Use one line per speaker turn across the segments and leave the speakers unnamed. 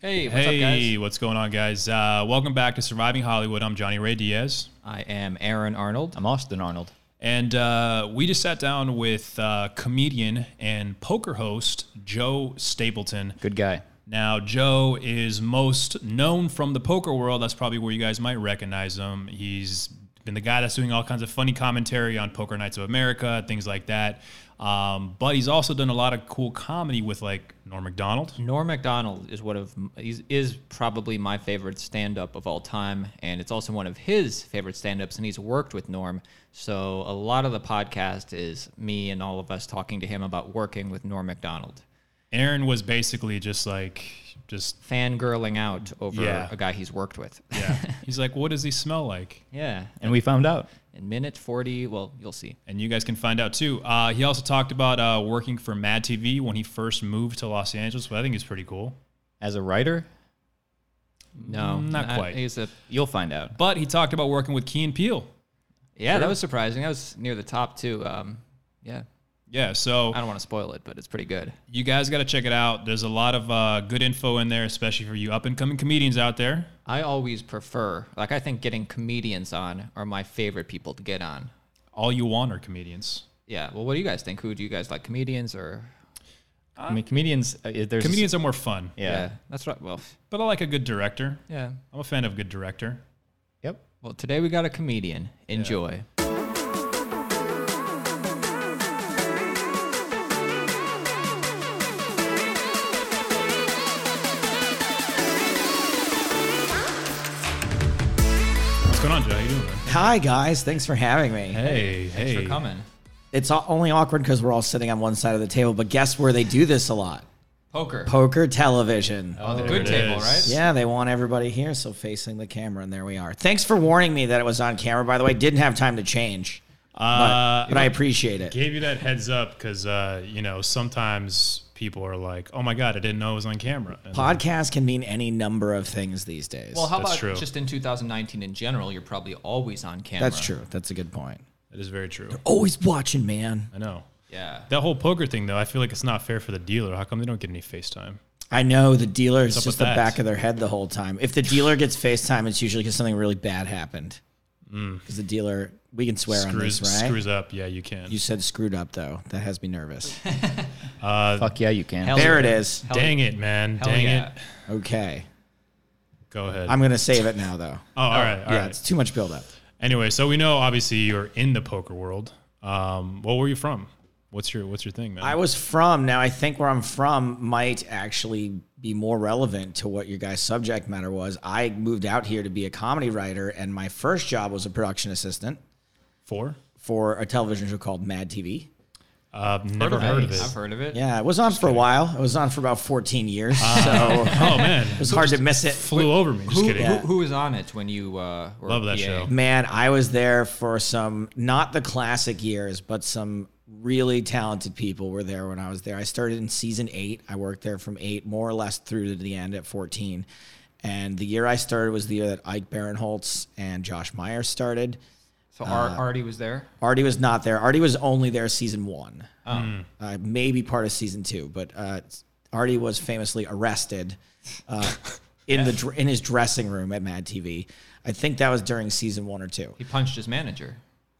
Hey, what's up,
Hey,
guys?
what's going on, guys? Uh, welcome back to Surviving Hollywood. I'm Johnny Ray Diaz,
I am Aaron Arnold.
I'm Austin Arnold.
and uh, we just sat down with uh, comedian and poker host Joe Stapleton.
Good guy.
Now, Joe is most known from the poker world. That's probably where you guys might recognize him. He's been the guy that's doing all kinds of funny commentary on Poker Nights of America, things like that. Um, but he's also done a lot of cool comedy with like Norm Macdonald.
Norm Macdonald is one of he's, is probably my favorite stand-up of all time, and it's also one of his favorite stand-ups. And he's worked with Norm, so a lot of the podcast is me and all of us talking to him about working with Norm Macdonald,
Aaron was basically just like, just
fangirling out over
Yeah.
a guy he's worked with.
yeah. he's like, what does he smell like?
yeah.
And we found out.
In minute forty, well, you'll see.
and you guys can find out too. Uh, he also talked about uh, working for Mad TV when he first moved to Los Angeles, which I think is pretty cool.
As a writer,
No,
Mm, not
I-
quite.
he's a
you'll find out.
But he talked about working with Key and Peele.
yeah. That was surprising. That was near the top too. Um, yeah.
Yeah, so
I don't want to spoil it, but it's pretty good.
you guys got to check it out. There's a lot of uh, good info in there, especially for you up and coming comedians out there.
I always prefer, like, I think getting comedians on are my favorite people to get on.
All you want are comedians.
Yeah. Well, what do you guys think? Who do you guys like? Comedians or?
I mean, comedians. Uh, there's
Comedians are more fun,
Yeah.
that's right. Well,
but I like a good director.
yeah.
I'm a fan of good director.
Yep.
Well, today we got a comedian. Enjoy.
What's going on, Joe? How you doing? Man?
Hi guys, thanks for having me.
Hey, hey.
Thanks for coming.
It's all, only awkward because we're all sitting on one side of the table, but guess where they do this a lot?
Poker.
Poker television.
on the
There
good
it
table,
is.
right?
Yeah, they want everybody here, so facing the camera, and there we are. Thanks for warning me that it was on camera. By the way, didn't have time to change,
Uh,
but I appreciate it.
gave you that heads up because uh, you know sometimes people are like, "Oh my god, I didn't know it was on camera." And-
Podcast can mean any number of things these days.
Well, how
That's
about
true.
just in 2019 in general? You're probably always on camera.
that's true. That's a good point.
That is very true.
Always watching, man.
I know.
Yeah.
That whole poker thing, though, I feel like it's not fair for the dealer. How come they don't get any FaceTime?
I know the dealer is
What's up with
just the
that?
back of their head the whole time. If the dealer gets FaceTime, it's usually because something really bad happened. Because the dealer, we can swear on
Mm. Screws,
this, right?
screws up. Yeah, you can.
You said screwed up though. That has me nervous.
Uh,
Fuck yeah, you can.
Hell-
there it is.
Hell-
Dang it, man.
hell
Dang
yeah.
it.
Okay.
Go ahead.
I'm gonna save it now though.
oh, all right. all right.
yeah, it's too much buildup.
Anyway, so we know obviously you're in the poker world. Um, well, where are you from? What's your What's your thing, man?
I was from now I think where I'm from might actually be more relevant to what your guys' subject matter was. I moved out here to be a comedy writer and my first job was a production assistant
Four.
for a television show called Mad TV.
Uh, never heard of it.
I've heard of it.
Yeah, it was on for a while. It was on for about 14 years. so
Oh man,
it was hard to miss it.
flew over me. Just
Who,
kidding.
who, who was on it when you uh, were
Love that
PA?
show.
Man, I was there for some not the classic years, but some really talented people were there when I was there. I started in season eight. I worked there from eight, more or less through to the end at 14. And the year I started was the year that Ike Barinholtz and Josh Meyer started.
So
Uh,
Ar- Artie was there.
Artie was not there. Artie was only there season one, uh, maybe part of season two. But uh, Artie was famously arrested uh, in the dr- in his dressing room at Mad TV. I think that was during season one or two.
He punched his manager.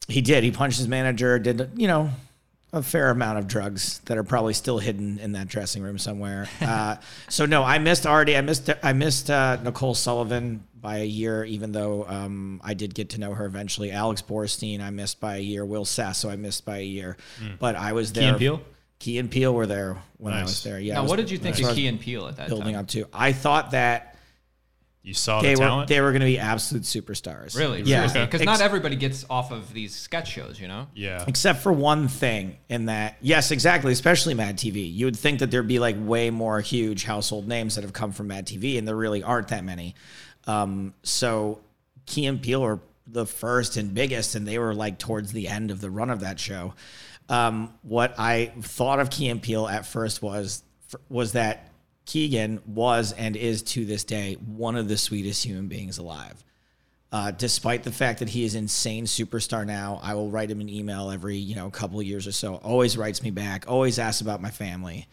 He did. He punched his manager. Did you know a fair amount of drugs that are probably still hidden in that dressing room somewhere. Uh, so no, I missed Artie. I missed I missed uh, Nicole Sullivan by a year, even though um, I did get to know her eventually. Alex Borstein, I missed by a year. Will Sasso, I missed by a year.
Hmm.
But I was there.
and Peele?
Key and Peele were there when I
Nice.
was there. Yeah. I
now,
was
what did you think
Nice.
of Key and Peele at that
building
time?
up to? I thought that
You saw
they
the
were
talent.
they were going to be absolute superstars.
Really?
Yeah.
Because
Ex-
not everybody gets off of these sketch shows, you know?
yeah.
Except for one thing, in that, yes, exactly, especially Mad TV. You would think that there'd be like way more huge household names that have come from Mad TV, and there really aren't that many. Um, so Key and Peele were the first and biggest, and they were like towards the end of the run of that show. Um, what I thought of Key and Peele at first was was that Keegan was and is to this day one of the sweetest human beings alive uh, despite the fact that he is insane superstar now. I will write him an email every you know couple of years or so. Always writes me back. Always asks about my family.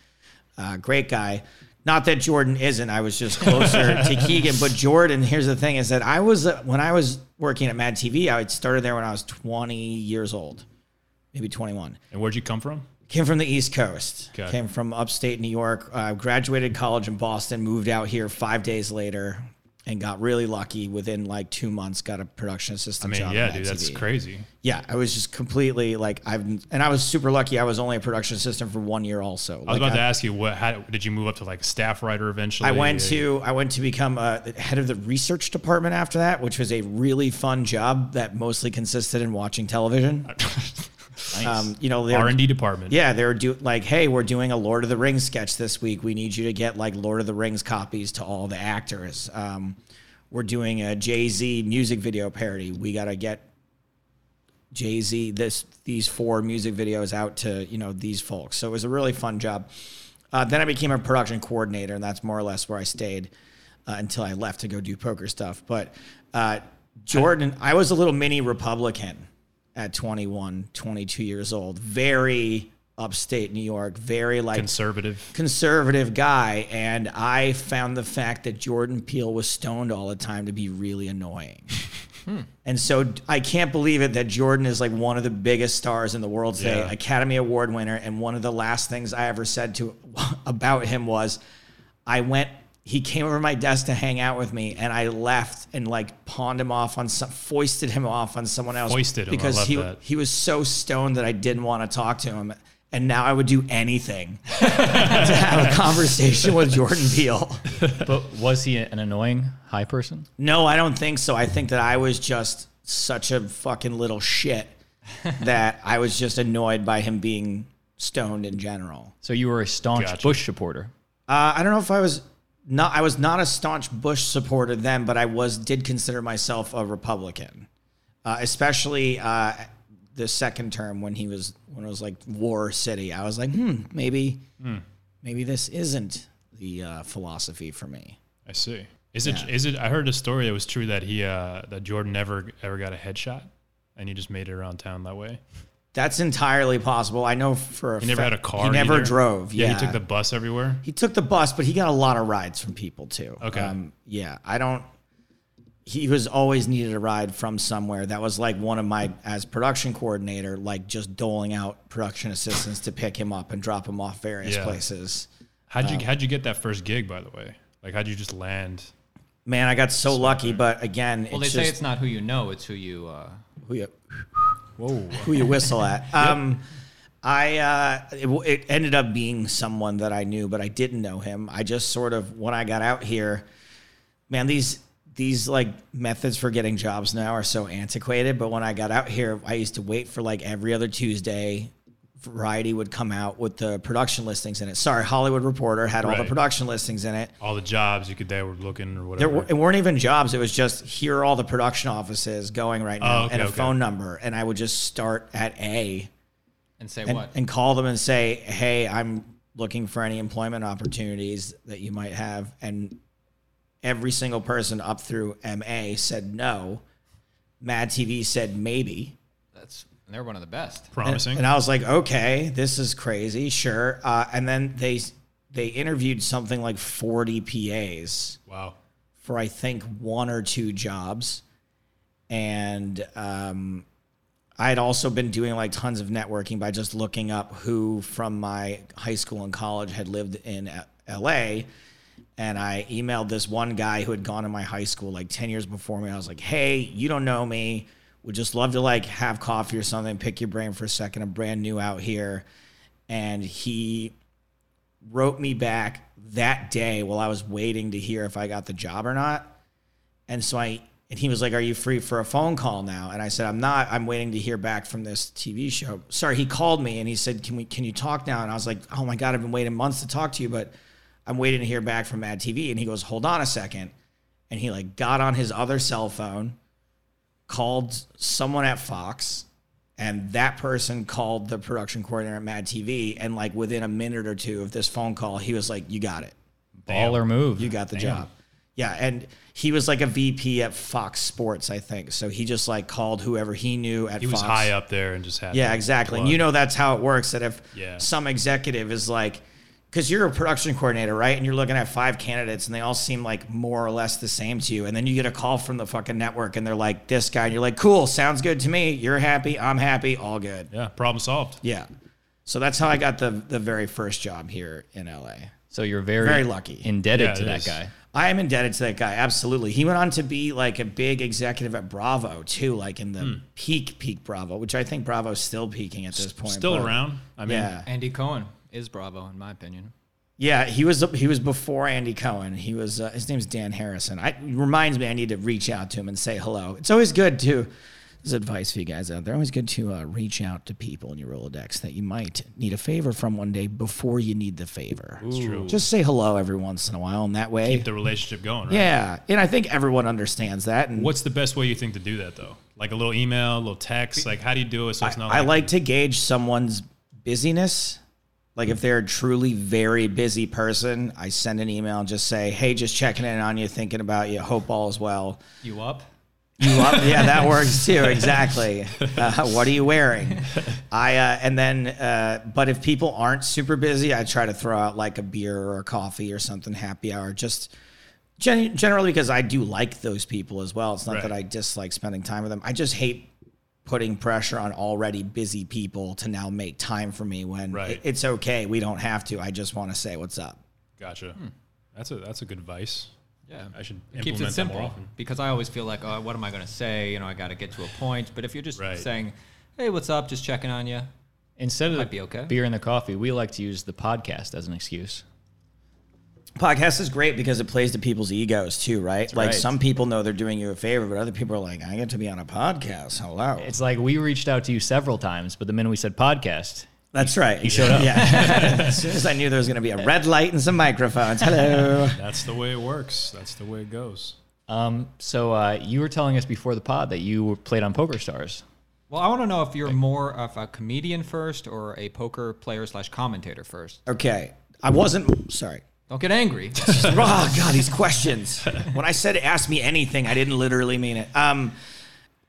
Uh, great guy. Not that Jordan isn't. I was just closer to Keegan. But Jordan, here's the thing: is that I was uh, when I was working at Mad TV, I started there when I was 20 years old, maybe 21.
And where'd you come from?
Came from the East Coast.
Okay.
Came from upstate New York. Uh, graduated college in Boston. Moved out here five days later, and got really lucky. Within like two months, got a production
I
assistant
mean,
job. at
yeah,
Mad
dude, that's
TV.
crazy.
Yeah, I was just completely like I've and I was super lucky. I was only a production assistant for one year. Also,
I was about to ask you, what how, did you move up to like staff writer eventually?
I went to I went to become uh the head of the research department after that, which was a really fun job that mostly consisted in watching television. Um, you know, they
R
were-
and D department.
yeah, they were do like, hey, we're doing a Lord of the Rings sketch this week. We need you to get like Lord of the Rings copies to all the actors. Um, we're doing a Jay Z music video parody. We gotta get Jay Z this these four music videos out to you know these folks. So it was a really fun job. Uh, then I became a production coordinator, and that's more or less where I stayed uh, until I left to go do poker stuff. But uh, Jordan, I was a little mini Republican at 21, 22 years old, very upstate New York, very like
conservative.
conservative guy, and I found the fact that Jordan Peele was stoned all the time to be really annoying. And so d- I can't believe it that Jordan is like one of the biggest stars in the world today,
Yeah.
Academy Award winner. And one of the last things I ever said to about him was, I went. He came over to my desk to hang out with me, and I left and like pawned him off on some, foisted him off on someone else
Foisted him, I
because
love
he
that.
he was so stoned that I didn't want to talk to him. And now I would do anything to have a conversation with Jordan Peele.
But was he an annoying high person?
No, I don't think so. I think that I was just such a fucking little shit that I was just annoyed by him being stoned in general.
So you were a staunch
Gotcha.
Bush supporter.
Uh, I don't know if I was not I was not a staunch Bush supporter then, but I was did consider myself a Republican, uh, especially uh, the second term when he was when it was like War City. I was like, hmm, maybe maybe this isn't the uh, philosophy for me.
I see. Is it? Is it? I heard a story that was true that he uh, that Jordan never ever got a headshot, and he just made it around town that way.
That's entirely possible. I know for a
He never had a car.
He never
either.
drove. Yeah,
he took the bus everywhere.
he took the bus, but he got a lot of rides from people too. Um,
Okay.
yeah, I don't. He was always needed a ride from somewhere. That was like one of my as production coordinator, like just doling out production assistants to pick him up and drop him off various
Yeah.
places.
How'd
Oh.
you How'd you get that first gig? By the way, like how'd you just land?
Man, I got so lucky, but again,
Well,
it's
they say
just
it's not who you know, it's who you. Uh,
who you,
Whoa.
who you whistle at. Um, I uh, it, w- it ended up being someone that I knew, but I didn't know him. I just sort of when I got out here, man, these these like methods for getting jobs now are so antiquated. But when I got out here, I used to wait for like every other Tuesday. Variety would come out with the production listings in it. Sorry, Hollywood Reporter had all the
Right.
production listings in it.
All the jobs you could they were looking or whatever.
There were, it weren't even jobs. It was just here are all the production offices going right now
Oh, okay,
and a
okay.
phone number. And I would just start at A
and say
and,
what?
and call them and say, "Hey, I'm looking for any employment opportunities that you might have." And every single person up through MA said no. Mad TV said maybe.
That's they're one of the best.
promising.
And I was like, "Okay, this is crazy, sure." Uh, and then they they interviewed something like 40 PAs
wow.
for I think one or two jobs, and um, I'd also been doing like tons of networking by just looking up who from my high school and college had lived in L- LA. And I emailed this one guy who had gone to my high school like 10 years before me. I was like, hey, you don't know me. Would just love to like have coffee or something, pick your brain for a second. I'm brand new out here. And he wrote me back that day while I was waiting to hear if I got the job or not. And so I and he was like, "Are you free for a phone call now?" And I said, "I'm not. I'm waiting to hear back from this TV show." Sorry, he called me and he said, "Can we can you talk now?" And I was like, "Oh my god, I've been waiting months to talk to you, but I'm waiting to hear back from Mad TV." And he goes, "Hold on a second. And he like got on his other cell phone, called someone at Fox, and that person called the production coordinator at Mad TV. And like within a minute or two of this phone call, he was like, "You got it."
Baller move.
You got the job. Yeah, and he was like a VP at Fox Sports, I think. So he just like called whoever he knew at
He was
Fox.
high up there and just had
Yeah, exactly. And you know that's how it works. That if
Yeah.
some executive is like, because you're a production coordinator, right? And you're looking at five candidates, and they all seem like more or less the same to you. And then you get a call from the fucking network, and they're like, "This guy," and you're like, "Cool, sounds good to me. You're happy, I'm happy, all good."
Yeah, problem solved.
Yeah. So that's how I got the the very first job here in LA.
So you're very,
Very lucky.
indebted
Yeah,
to
it
that
is.
guy.
I am indebted to that guy. Absolutely. He went on to be like a big executive at Bravo too, like in the
Hmm.
peak peak Bravo, which I think Bravo's still peaking at this point.
Still
but-
around. I mean,
Yeah.
Andy Cohen is Bravo, in my opinion.
Yeah, he was he was before Andy Cohen. He was uh, his name's Dan Harrison. I reminds me I need to reach out to him and say hello. It's always good to this is advice for you guys out there. Always good to uh, reach out to people in your Rolodex that you might need a favor from one day before you need the favor.
true.
Just say hello every once in a while, and that way,
keep the relationship going, right?
yeah. And I think everyone understands that. And
What's the best way you think to do that though? Like a little email, a little text. Like how do you do it so it's not?
I like to gauge someone's busyness. Like if they're a truly very busy person, I send an email and just say, "Hey, just checking in on you, thinking about you. Hope all is well."
You up?
You up? yeah, that works too. Exactly. Uh, what are you wearing? I uh, and then, uh, but if people aren't super busy, I try to throw out like a beer or a coffee or something happy hour. Just gen- generally because I do like those people as well. It's not
Right.
that I dislike spending time with them. I just hate putting pressure on already busy people to now make time for me when
Right.
it- it's okay. We don't have to. I just want to say what's up.
Gotcha. Hmm. That's a that's a good advice.
Yeah.
I should
It keeps it
implement that more
simple
often.
because I always feel like, oh, what am I going to say? You know, I got to get to a point. But if you're just
Right.
saying, hey, what's up? Just checking on you.
Instead of
Might be okay.
beer and the coffee, we like to use the podcast as an excuse.
podcast is great because it plays to people's egos too, right? like
right.
some people know they're doing you a favor, but other people are like, I get to be on a podcast. Hello.
It's like we reached out to you several times, but the minute we said podcast,
That's right. He showed up. Yeah. as soon as I knew there was going to be a red light and some microphones. Hello.
That's the way it works. That's the way it goes.
um, so uh, you were telling us before the pod that you were played on Poker Stars.
Well, I want to know if you're more of a comedian first or a poker player slash commentator first.
Okay. I wasn't sorry.
Don't get angry.
oh god, these questions. When I said ask me anything, I didn't literally mean it. Um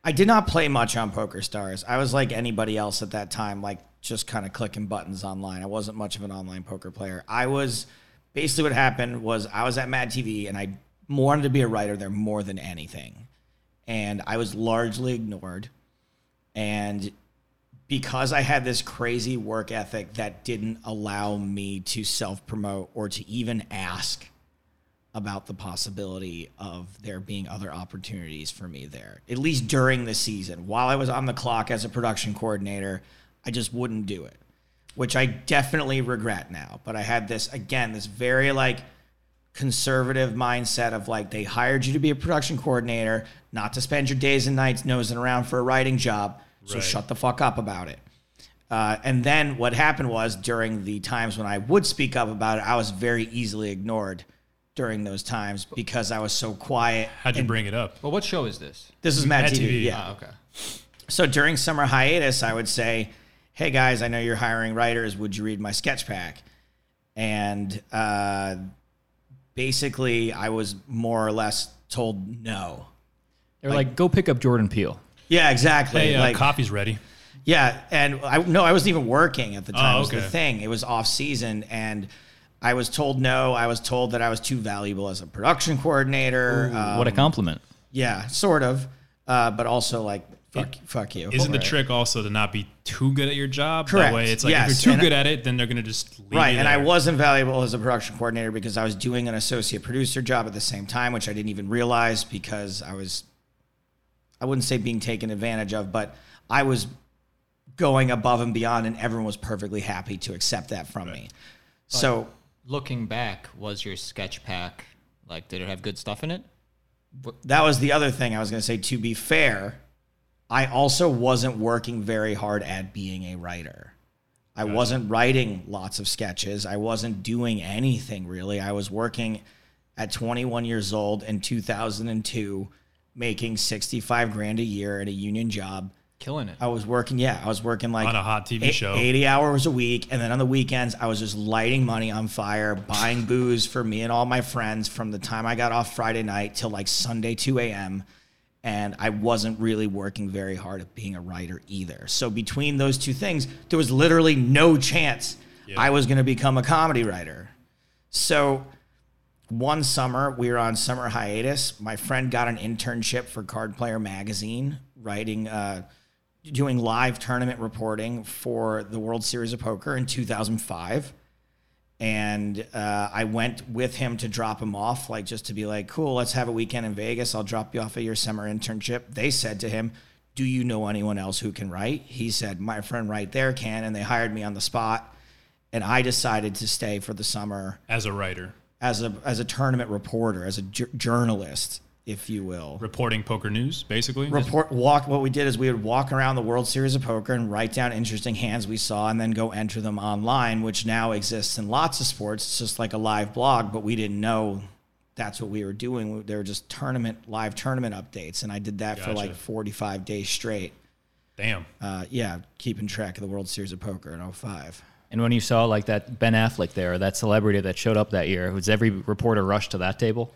I did not play much on Poker Stars. I was like anybody else at that time, like just kind of clicking buttons online. I wasn't much of an online poker player. I was basically what happened was I was at Mad TV and I wanted to be a writer there more than anything. And I was largely ignored. And because I had this crazy work ethic that didn't allow me to self promote or to even ask about the possibility of there being other opportunities for me there, at least during the season. While I was on the clock as a production coordinator, I just wouldn't do it, which I definitely regret now. But I had this, again, this very like conservative mindset of like, they hired you to be a production coordinator, not to spend your days and nights nosing around for a writing job. So
Right.
shut the fuck up about it. Uh, and then what happened was during the times when I would speak up about it, I was very easily ignored during those times because I was so quiet.
How'd you bring it up?
well, what show is this?
This is Mad,
Mad
TV.
TV.
Yeah.
Ah, okay.
So during summer hiatus, I would say, "Hey guys, I know you're hiring writers. Would you read my sketch pack?" And uh, basically, I was more or less told no.
They were like, go pick up Jordan Peele.
Yeah, exactly.
Hey, uh,
like,
coffee's ready.
Yeah, and I no, I wasn't even working at the time.
Oh,
It was
okay.
the thing. It was off season, and I was told no. I was told that I was too valuable as a production coordinator. Uh,
what a compliment.
yeah, sort of, uh, but also like fuck, fuck you.
Isn't the trick also to not be too good at your job?
Correct.
That way, it's like
Yes.
if you're too
And-
good at it, then they're gonna just leave
right?
You
And I
there.
wasn't valuable as a production coordinator because I was doing an associate producer job at the same time, which I didn't even realize because I was, I wouldn't say being taken advantage of, but I was going above and beyond, and everyone was perfectly happy to accept that from me. So.
Looking back, was your sketch pack like? Did it have good stuff in it?
that was the other thing I was going to say. To be fair, I also wasn't working very hard at being a writer. I wasn't writing lots of sketches. I wasn't doing anything really. I was working at 21 years old in 2002, making 65 grand a year at a union job.
Killing it.
I was working, yeah, I was working like
On a hot TV
eight-
show.
80 hours a week. And then on the weekends, I was just lighting money on fire, buying booze for me and all my friends from the time I got off Friday night till like Sunday, 2 a.m. And I wasn't really working very hard at being a writer either. So between those two things, there was literally no chance I was going to become a comedy writer. So one summer, we were on summer hiatus. My friend got an internship for Card Player Magazine, writing, uh, doing live tournament reporting for the World Series of Poker in 2005 and uh, I went with him to drop him off, like just to be like, cool, let's have a weekend in Vegas. I'll drop you off at your summer internship. They said to him, Do you know anyone else who can write? He said, My friend right there can. And they hired me on the spot. And I decided to stay for the summer
as a writer,
as a, as a tournament reporter, as a ju- journalist, if you will.
reporting poker news, basically.
Report walk. What we did is we would walk around the World Series of Poker and write down interesting hands we saw, and then go enter them online, which now exists in lots of sports. It's just like a live blog, but we didn't know that's what we were doing. They were just tournament live tournament updates, and I did that for
Gotcha.
like forty five days straight.
Damn.
Uh, yeah, keeping track of the World Series of Poker in 05.
And when you saw like that Ben Affleck there, or that celebrity that showed up that year, was every reporter rushed to that table?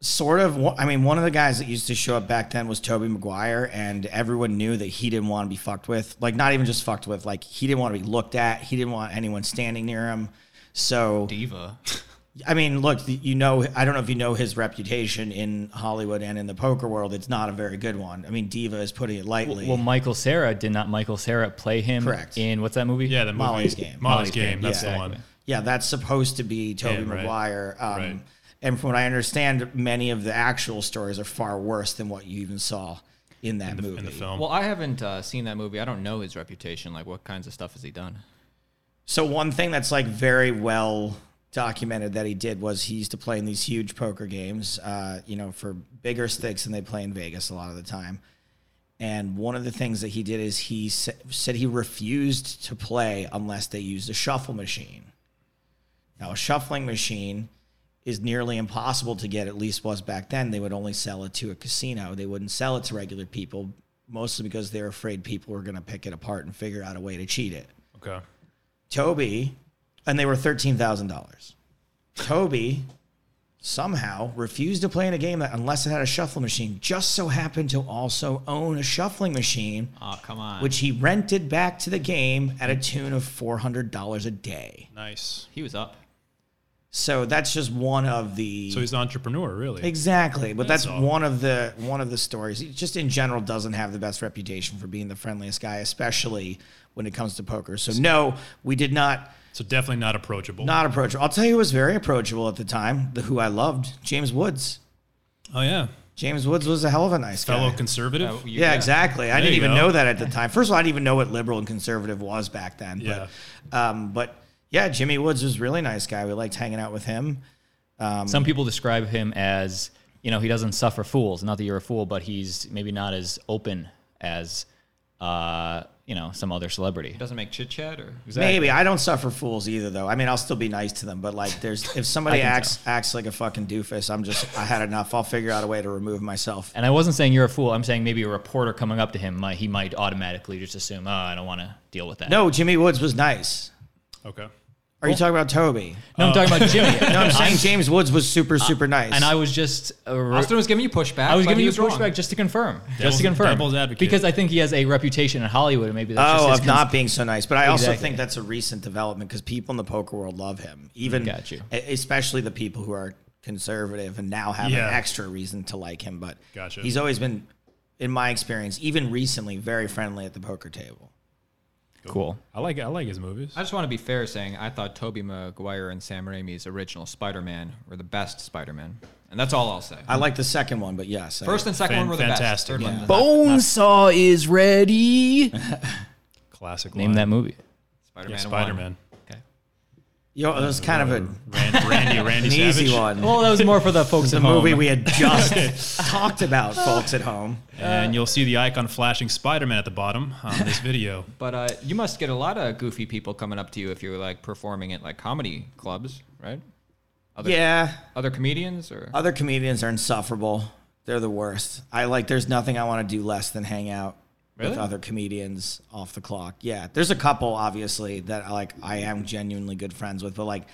sort of one- i mean one of the guys that used to show up back then was toby maguire and everyone knew that he didn't want to be fucked with like not even just fucked with like he didn't want to be looked at he didn't want anyone standing near him so
diva.
i mean look you know i don't know if you know his reputation in hollywood and in the poker world it's not a very good one i mean diva is putting it lightly
Well, Michael Sarah did not Michael Sarah play him
Correct.
in what's that movie?
Yeah, the movie.
Molly's Game.
Molly's, game. That's
yeah.
the one.
Yeah, that's supposed to be Toby
Yeah, right.
Maguire. Um,
Right.
And from what I understand, many of the actual stories are far worse than what you even saw in that movie.
In the film.
Well, I haven't uh, seen that movie. I don't know his reputation. Like, what kinds of stuff has he done?
So one thing that's like very well documented that he did was he used to play in these huge poker games, uh, you know, for bigger sticks than they play in Vegas a lot of the time. And one of the things that he did is he sa- said he refused to play unless they used a shuffle machine. Now, a shuffling machine is nearly impossible to get, at least was back then. They would only sell it to a casino, they wouldn't sell it to regular people, mostly because they're afraid people were going to pick it apart and figure out a way to cheat it.
okay.
Toby, and they were thirteen thousand dollars. Toby somehow refused to play in a game that, unless it had a shuffle machine, just so happened to also own a shuffling machine,
Oh, come on.
which he rented back to the game at a tune of four hundred dollars a day.
Nice.
he was up.
So that's just one of the
So he's an entrepreneur, really.
Exactly, but that's,
That's all.
one of the one of the stories. He just in general doesn't have the best reputation for being the friendliest guy, especially when it comes to poker. So no, we did not
so definitely not approachable.
Not approachable. I'll tell you who was very approachable at the time, the who I loved, James Woods.
oh yeah.
James Woods was a hell of a nice
Fellow
guy.
conservative.
Uh, you-
yeah, exactly. I
There
didn't
you
even
go.
know that at the time. First of all, I didn't even know what liberal and conservative was back then.
Yeah.
But, um, but yeah, Jimmy Woods was a really nice guy. We liked hanging out with him.
Some people describe him as, you know, he doesn't suffer fools. Not that you're a fool, but he's maybe not as open as, uh, you know, some other celebrity.
Doesn't make chit chat or.
Maybe I don't suffer fools either, though. I mean, I'll still be nice to them, but like, there's if somebody
I can
acts acts like a fucking doofus, I'm just I had enough. I'll figure out a way to remove myself.
And I wasn't saying you're a fool. I'm saying maybe a reporter coming up to him, might, he might automatically just assume, oh, I don't want to deal with that.
No, Jimmy Woods was nice.
Okay.
Are you talking about Toby?
no I'm talking about Jimmy.
No, I'm saying James Woods was super, super nice.
and I was just a re-
Austin was giving you pushback.
I was
but
giving
he
you
wrong.
pushback just to confirm, just
Devil's-
to confirm,
devil's advocate.
because I think he has a reputation in Hollywood, and maybe that's
Oh,
just his
of not being so nice. But I also
Exactly.
think that's a recent development because people in the poker world love him. Even
Got you.
e- especially the people who are conservative and now have
Yeah.
an extra reason to like him. But
Gotcha.
he's always been, in my experience, even recently, very friendly at the poker table.
cool.
I like I like his movies.
I just want to be fair saying I thought Tobey Maguire and Sam Raimi's original Spider Man were the best Spider Man. And that's all I'll say.
I like the second one, but yes, I-
First and second one
Fan-
were the best.
fantastic.
Third one
Yeah.
was not.
Bonesaw is ready.
Classic.
Name
line.
that movie.
Spider-Man
Yeah,
one.
Spider Man.
Okay.
you know, it was kind of a,
Randy
an
Randy Savage.
easy one.
Well, that was more for the folks
the
at home.
movie we had just talked about, folks at home.
And you'll see the icon flashing Spider Man at the bottom on this video.
But uh, you must get a lot of goofy people coming up to you if you're like performing at like comedy clubs, right?
Yeah,
Other comedians or
Uh,
other comedians are insufferable. They're the worst. I like. There's nothing I want to do less than hang out with
Really?
other comedians off the clock. Yeah, there's a couple obviously that I like. I am genuinely good friends with, but like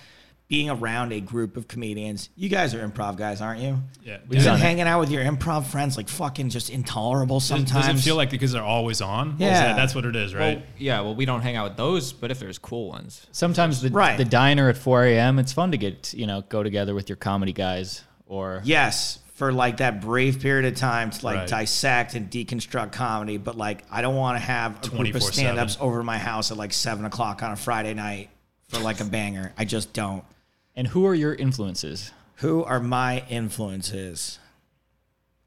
being around a group of comedians. You guys are improv guys, aren't you?
Yeah.
Is
Does
it
done it.
hanging out with your improv friends like fucking just intolerable
does
sometimes?
it feel like because they're always on? Is
Yeah.
that- that's what it is, right?
Well, yeah, well, we don't hang out with those, but if there's cool ones,
Sometimes the
Right.
the diner at 4 a.m. It's fun to get you know go together with your comedy guys or
yes for like that brief period of time to like
Right.
dissect and deconstruct comedy but like i don't want to have a group
24/7.
of stand-ups over to my house at like 7 o'clock on a friday night for like a banger i just don't
and who are your influences?
who are my influences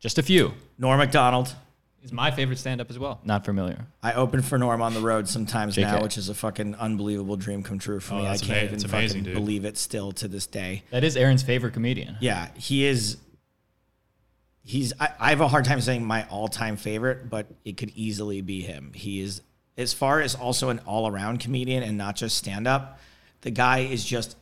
Just a few.
norm mcdonald
is my favorite stand up as well.
Not familiar.
I open for Norm on the road sometimes
JK.
now, which is a fucking unbelievable dream come true for me. I
Oh, that's
can't
ama-
even
that's
fucking
amazing, dude.
believe it still to this day.
That is Aaron's favorite comedian.
Yeah, he is. He's. I, I have a hard time saying my all-time favorite, but it could easily be him. He is, as far as also an all-around comedian and not just stand-up. The guy is just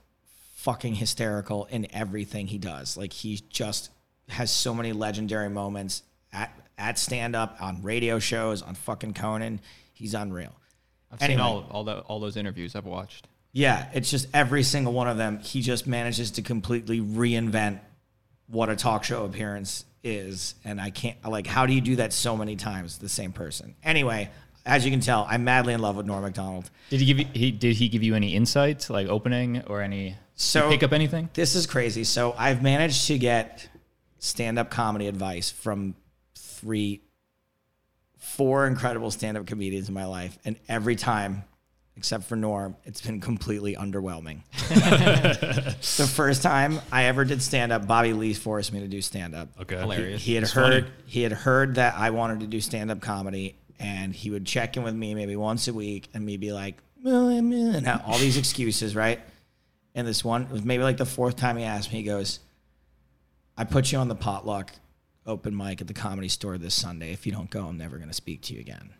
fucking hysterical in everything he does. Like he just has so many legendary moments at at stand-up, on radio shows, on fucking Conan. He's unreal.
I've
Anyway.
seen all all, the, all those interviews I've watched.
Yeah, it's just every single one of them. He just manages to completely reinvent what a talk show appearance is, and I can't like how do you do that so many times the same person? Anyway, as you can tell, I'm madly in love with Norm Macdonald.
Did he give you, he did he give you any insight like opening or any
So-
so pick up anything?
This is crazy. So I've managed to get stand-up comedy advice from three, four incredible stand-up comedians in my life, and every time, except for Norm, it's been completely underwhelming. the first time I ever did stand-up, Bobby Lee forced me to do stand-up.
okay.
Hilarious.
He had
It's
heard
funny.
he had heard that I wanted to do stand up comedy, and he would check in with me maybe once a week, and me be like, "Well, I'm in," and have all these excuses, right? And this one it was maybe like the fourth time he asked me. He goes, "I put you on the potluck open mic at the comedy store this Sunday. If you don't go, I'm never going to speak to you again."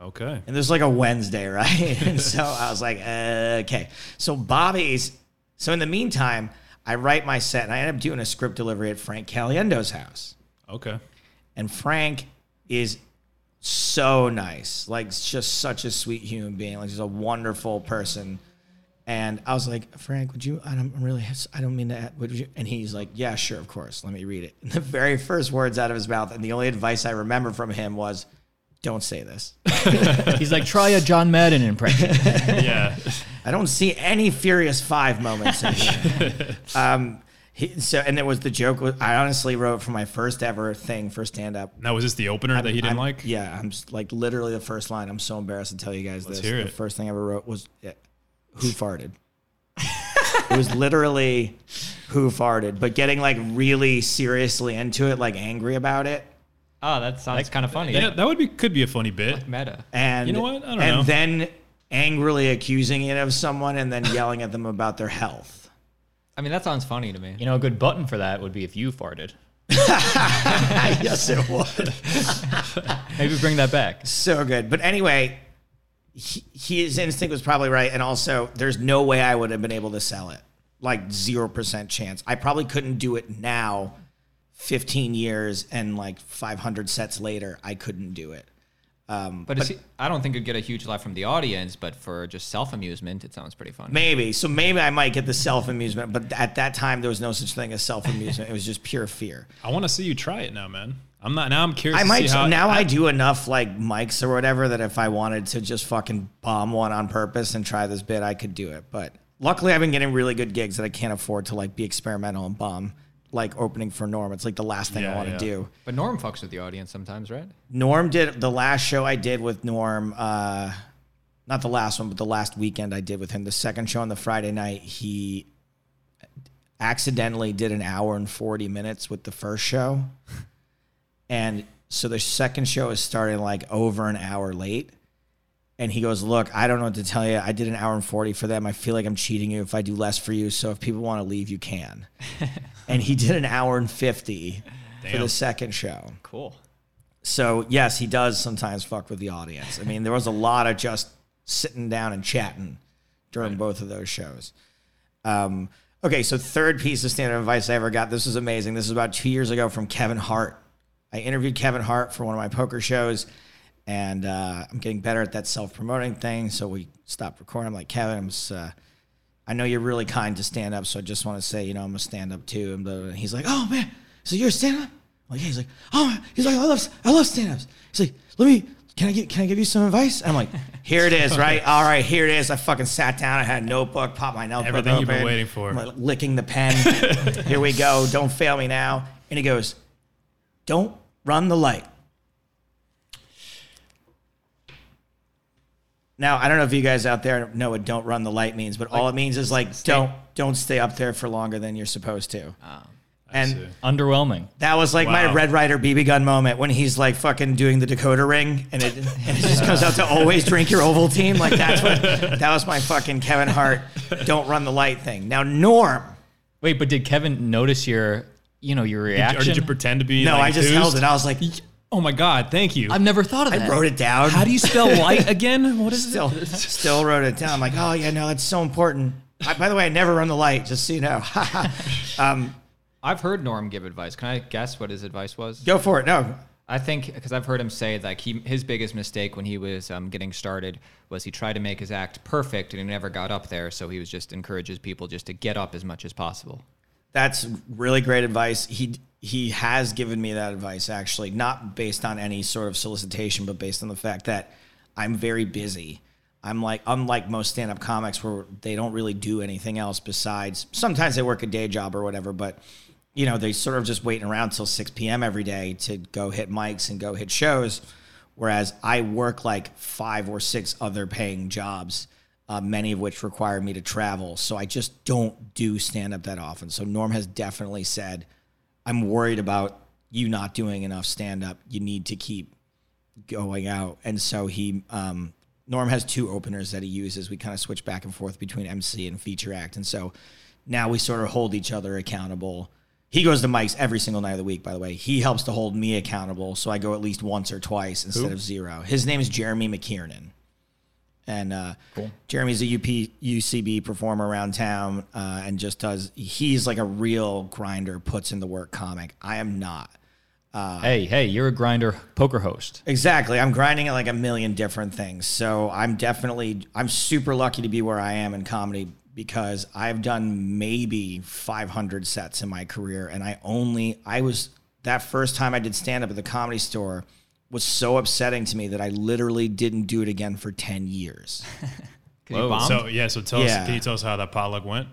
Okay.
And there's like a Wednesday, right? and so I was like, uh, okay. So Bobby's. So in the meantime, I write my set, and I end up doing a script delivery at Frank Caliendo's house
Okay.
and Frank is so nice, like just such a sweet human being, like just a wonderful person. And I was like, Frank, would you? I don't I'm really, I don't mean to. Would you? And he's like, Yeah, sure, of course. Let me read it. And the very first words out of his mouth, and the only advice I remember from him was, "Don't say this."
He's like try a John Madden impression.
Yeah.
I don't see any Furious Five moments in here. um, he, so, and it was the joke. was- I honestly wrote for my first ever thing for stand up
now was this the opener that he didn't
I'm-
like?
Yeah, I'm just, like literally the first line. I'm so embarrassed to tell you guys this.
hear
the
it.
first thing I ever wrote was yeah, who farted. it was literally who farted, but getting like really seriously into it, like angry about it.
Oh, that sounds kind of funny.
Yeah, that would be could be a funny bit.
Meta.
And
You know what? I don't
and
know.
then angrily accusing it of someone and then yelling at them about their health.
I mean, that sounds funny to me.
you know, a good button for that would be if you farted.
yes, it was.
Maybe bring that back.
so good. But anyway, he, his instinct was probably right, and also there's no way I would have been able to sell it. Like zero percent chance. I probably couldn't do it now. 15 years and like 500 sets later, I couldn't do it.
But, it's, I don't think you'd get a huge laugh from the audience, but for just self amusement, it sounds pretty funny.
Maybe. So maybe I might get the self amusement, but at that time, there was no such thing as self amusement. it was just pure fear.
I want to see you try it now, man. I'm not now I'm curious
I
to
might
see how
now I, do enough like mics or whatever that if I wanted to just fucking bomb one on purpose and try this bit, I could do it. But luckily, I've been getting really good gigs that I can't afford to like be experimental and bomb. Like opening for Norm, it's like the last thing I
Yeah,
want to
yeah.
do.
But Norm fucks with the audience sometimes, right?
Norm did the last show I did with Norm, uh, not the last one, but the last weekend I did with him. The second show on the Friday night, he accidentally did an hour and 40 minutes with the first show. And so the second show is starting like over an hour late. And he goes, Look, I don't know what to tell you. I did an hour and 40 for them. I feel like I'm cheating you if I do less for you. So if people want to leave, you can. and he did an hour and 50 for
Damn.
the second show.
Cool.
So yes, he does sometimes fuck with the audience. I mean, there was a lot of just sitting down and chatting during both of those shows. Um, okay, so third piece of standard advice I ever got. This is amazing. This is about two years ago from Kevin Hart. I interviewed Kevin Hart for one of my poker shows, and uh, I'm getting better at that self promoting thing. So we stopped recording. I'm like, Kevin, I'm s- uh, I know you're really kind to stand up, so I just want to say, you know, I'm a stand up too. And, blah, blah, blah. he's like, oh man, so you're a stand up? Like yeah, he's like, oh, man. he's like, I love, I love stand ups. He's like, let me, can I give, can I give you some advice? And I'm like, here it is, right? All right, here it is. I fucking sat down. I had a notebook, popped my notebook
Everything you've been
open.
waiting for.
I'm like licking the pen. here we go. Don't fail me now. And he goes, don't run the light. Now, I don't know if you guys out there know what "don't run the light" means, but all it means is like don't don't stay up there for longer than you're supposed to. and
Ah, see.
Underwhelming.
that was like my
Wow.
Red Rider BB gun moment when he's like fucking doing the Dakota ring, and it, and it just comes out to always drink your Ovaltine. Like that's what that was my fucking Kevin Hart "don't run the light" thing. Now Norm,
Wait, but did Kevin notice your, you know, your
Or
reaction?
did you pretend to be?
no,
like,
I just
enthused?
held it. I was like,
Oh my god! Thank you.
I've never thought of that.
I wrote it down.
How do you spell light again? What is
still still wrote it down. I'm like, oh yeah, no, that's so important. I, by the way, I never run the light, just so you know.
I've heard Norm give advice. Can I guess what his advice was?
Go for it. No,
I think because I've heard him say like he his biggest mistake when he was um, getting started was he tried to make his act perfect and he never got up there. So he was just encourages people just to get up as much as possible.
That's really great advice. He he has given me that advice actually, not based on any sort of solicitation, but based on the fact that I'm very busy. I'm like unlike most stand-up comics where they don't really do anything else besides sometimes they work a day job or whatever, but you know, they sort of just waiting around till 6 p.m. every day to go hit mics and go hit shows. Whereas I work like five or six other paying jobs uh, many of which require me to travel. So I just don't do stand up that often. So Norm has definitely said, I'm worried about you not doing enough stand up. You need to keep going out. And so he, um, Norm has two openers that he uses. We kind of switch back and forth between MC and feature act. And so now we sort of hold each other accountable. He goes to mics every single night of the week, by the way. He helps to hold me accountable. So I go at least once or twice instead of zero. His name is Jeremy McKiernan. And uh, Jeremy's a UP, UCB performer around town uh, and just does, he's like a real grinder, puts in the work comic. I am not.
hey, hey, you're a grinder poker host.
Exactly. I'm grinding at like a million different things. So I'm definitely I'm super lucky to be where I am in comedy because I've done maybe 500 sets in my career and I only I was that first time I did stand up at the comedy store was so upsetting to me that I literally didn't do it again for 10 years.
'Cause you bombed?
So yeah. So tell
Yeah.
us. Can you tell us how that potluck went?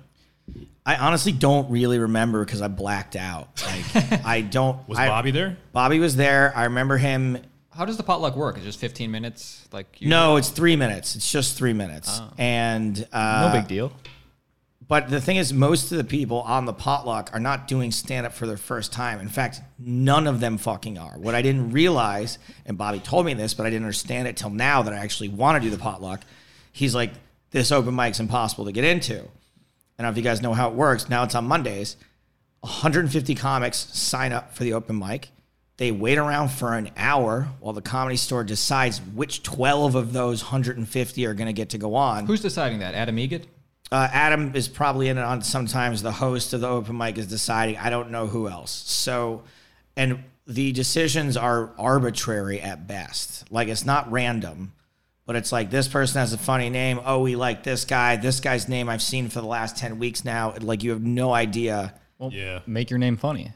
I honestly don't really remember because I blacked out. Like I don't
Was
I-
Bobby there?
Bobby was there. I remember him
How does the potluck work? It's just 15 minutes? Like you,
No, it's 3 minutes. It's just 3 minutes. And uh
No big deal.
But the thing is, most of the people on the potluck are not doing stand up for their first time. In fact, none of them fucking are. What I didn't realize, and Bobby told me this, but I didn't understand it till now that I actually want to do the potluck. He's like, this open mic's impossible to get into. I don't know if you guys know how it works. Now it's on Mondays. 150 comics sign up for the open mic. They wait around for an hour while the comedy store decides which 12 of those 150 are going to get to go on.
Who's deciding that? Adam Egan?
Uh, Adam is probably in it on sometimes. The host of the open mic is deciding. I don't know who else. So, and the decisions are arbitrary at best. Like it's not random, but it's like this person has a funny name. Oh, we like this guy. This guy's name I've seen for the last 10 weeks now. Like you have no idea.
Yeah.
Make your name funny.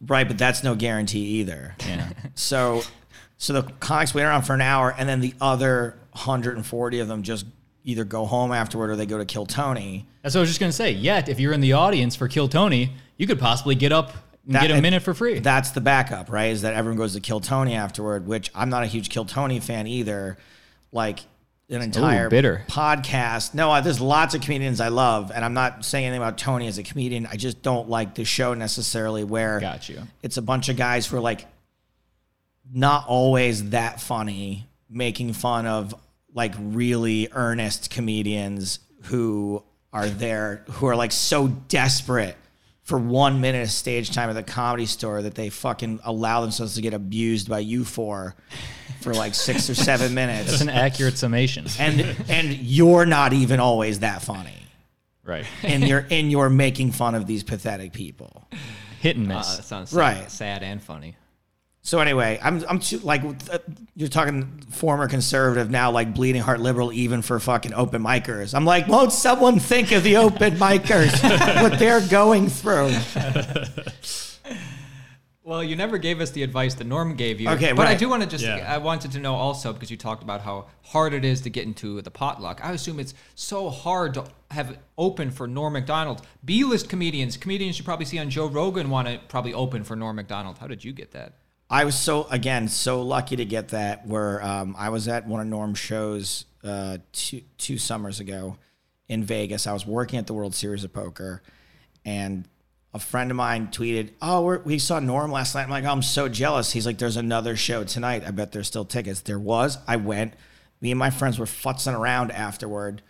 Right, but that's no guarantee either. Yeah. so, so the comics wait around for an hour, and then the other 140 of them just either go home afterward or they go to kill Tony.
That's what I was just gonna say. Yet, if you're in the audience for Kill Tony, you could possibly get up and
That-
get a minute for free.
That's the backup, right? Is that everyone goes to Kill Tony afterward, which I'm not a huge Kill Tony fan either. Like an entire
bitter.
podcast. No, I, there's lots of comedians I love, and I'm not saying anything about Tony as a comedian. I just don't like the show necessarily where
Got you.
it's a bunch of guys who are like not always that funny, making fun of like really earnest comedians who are there, who are like so desperate for one minute of stage time at the comedy store that they fucking allow themselves to get abused by you for for like six or
That's
seven minutes.
an accurate summation.
And and you're not even always that funny.
Right.
And you're and you're making fun of these pathetic people.
Hit and
Uh,
miss.
that sounds
Right.
sad, sad and funny.
So anyway, I'm I'm too like uh, you're talking former conservative now like bleeding heart liberal even for fucking open micers. I'm like, won't someone think of the open micers what they're going through?
Well, you never gave us the advice that Norm gave you.
Okay,
but I
right.
do want to just
Yeah.
I wanted to know also because you talked about how hard it is to get into the potluck. I assume it's so hard to have it open for Norm Macdonald. B-list comedians, comedians you probably see on Joe Rogan want to probably open for Norm Macdonald. How did you get that?
I was so again so lucky to get that. Where um, I was at one of Norm's shows uh, two two summers ago in Vegas. I was working at the World Series of Poker, and a friend of mine tweeted, "Oh, we're, we saw Norm last night." I'm like, oh, "I'm so jealous." He's like, "There's another show tonight. I bet there's still tickets." There was. I went. Me and my friends were futzing around afterward,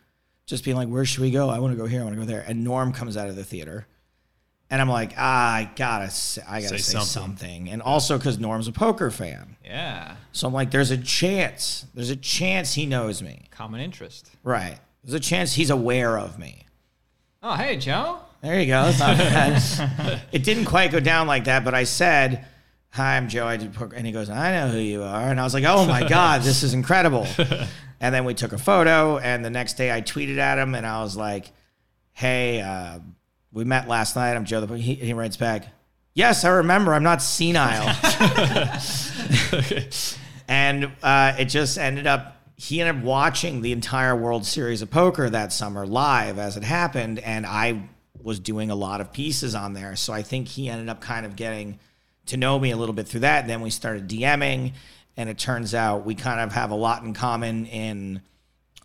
just being like, "Where should we go? I want to go here. I want to go there." And Norm comes out of the theater. And I'm like, ah, I gotta, say, I
Say
gotta say,
something.
something. And also because Norm's a poker fan,
Yeah,
so I'm like, there's a chance, there's a chance he knows me,
common interest.
right? There's a chance he's aware of me.
Oh, hey Joe.
There you go. It's not bad. it didn't quite go down like that, but I said, "Hi, I'm Joe. I do poker," and he goes, "I know who you are," and I was like, "Oh my god, this is incredible." And then we took a photo, and the next day I tweeted at him, and I was like, "Hey, uh, we met last night. I'm Joe." The poker. He, he writes back, "Yes, I remember. I'm not senile." and uh, it just ended up he ended up watching the entire World Series of Poker that summer live as it happened, and I was doing a lot of pieces on there, so I think he ended up kind of getting to know me a little bit through that. And then we started DMing, and it turns out we kind of have a lot in common in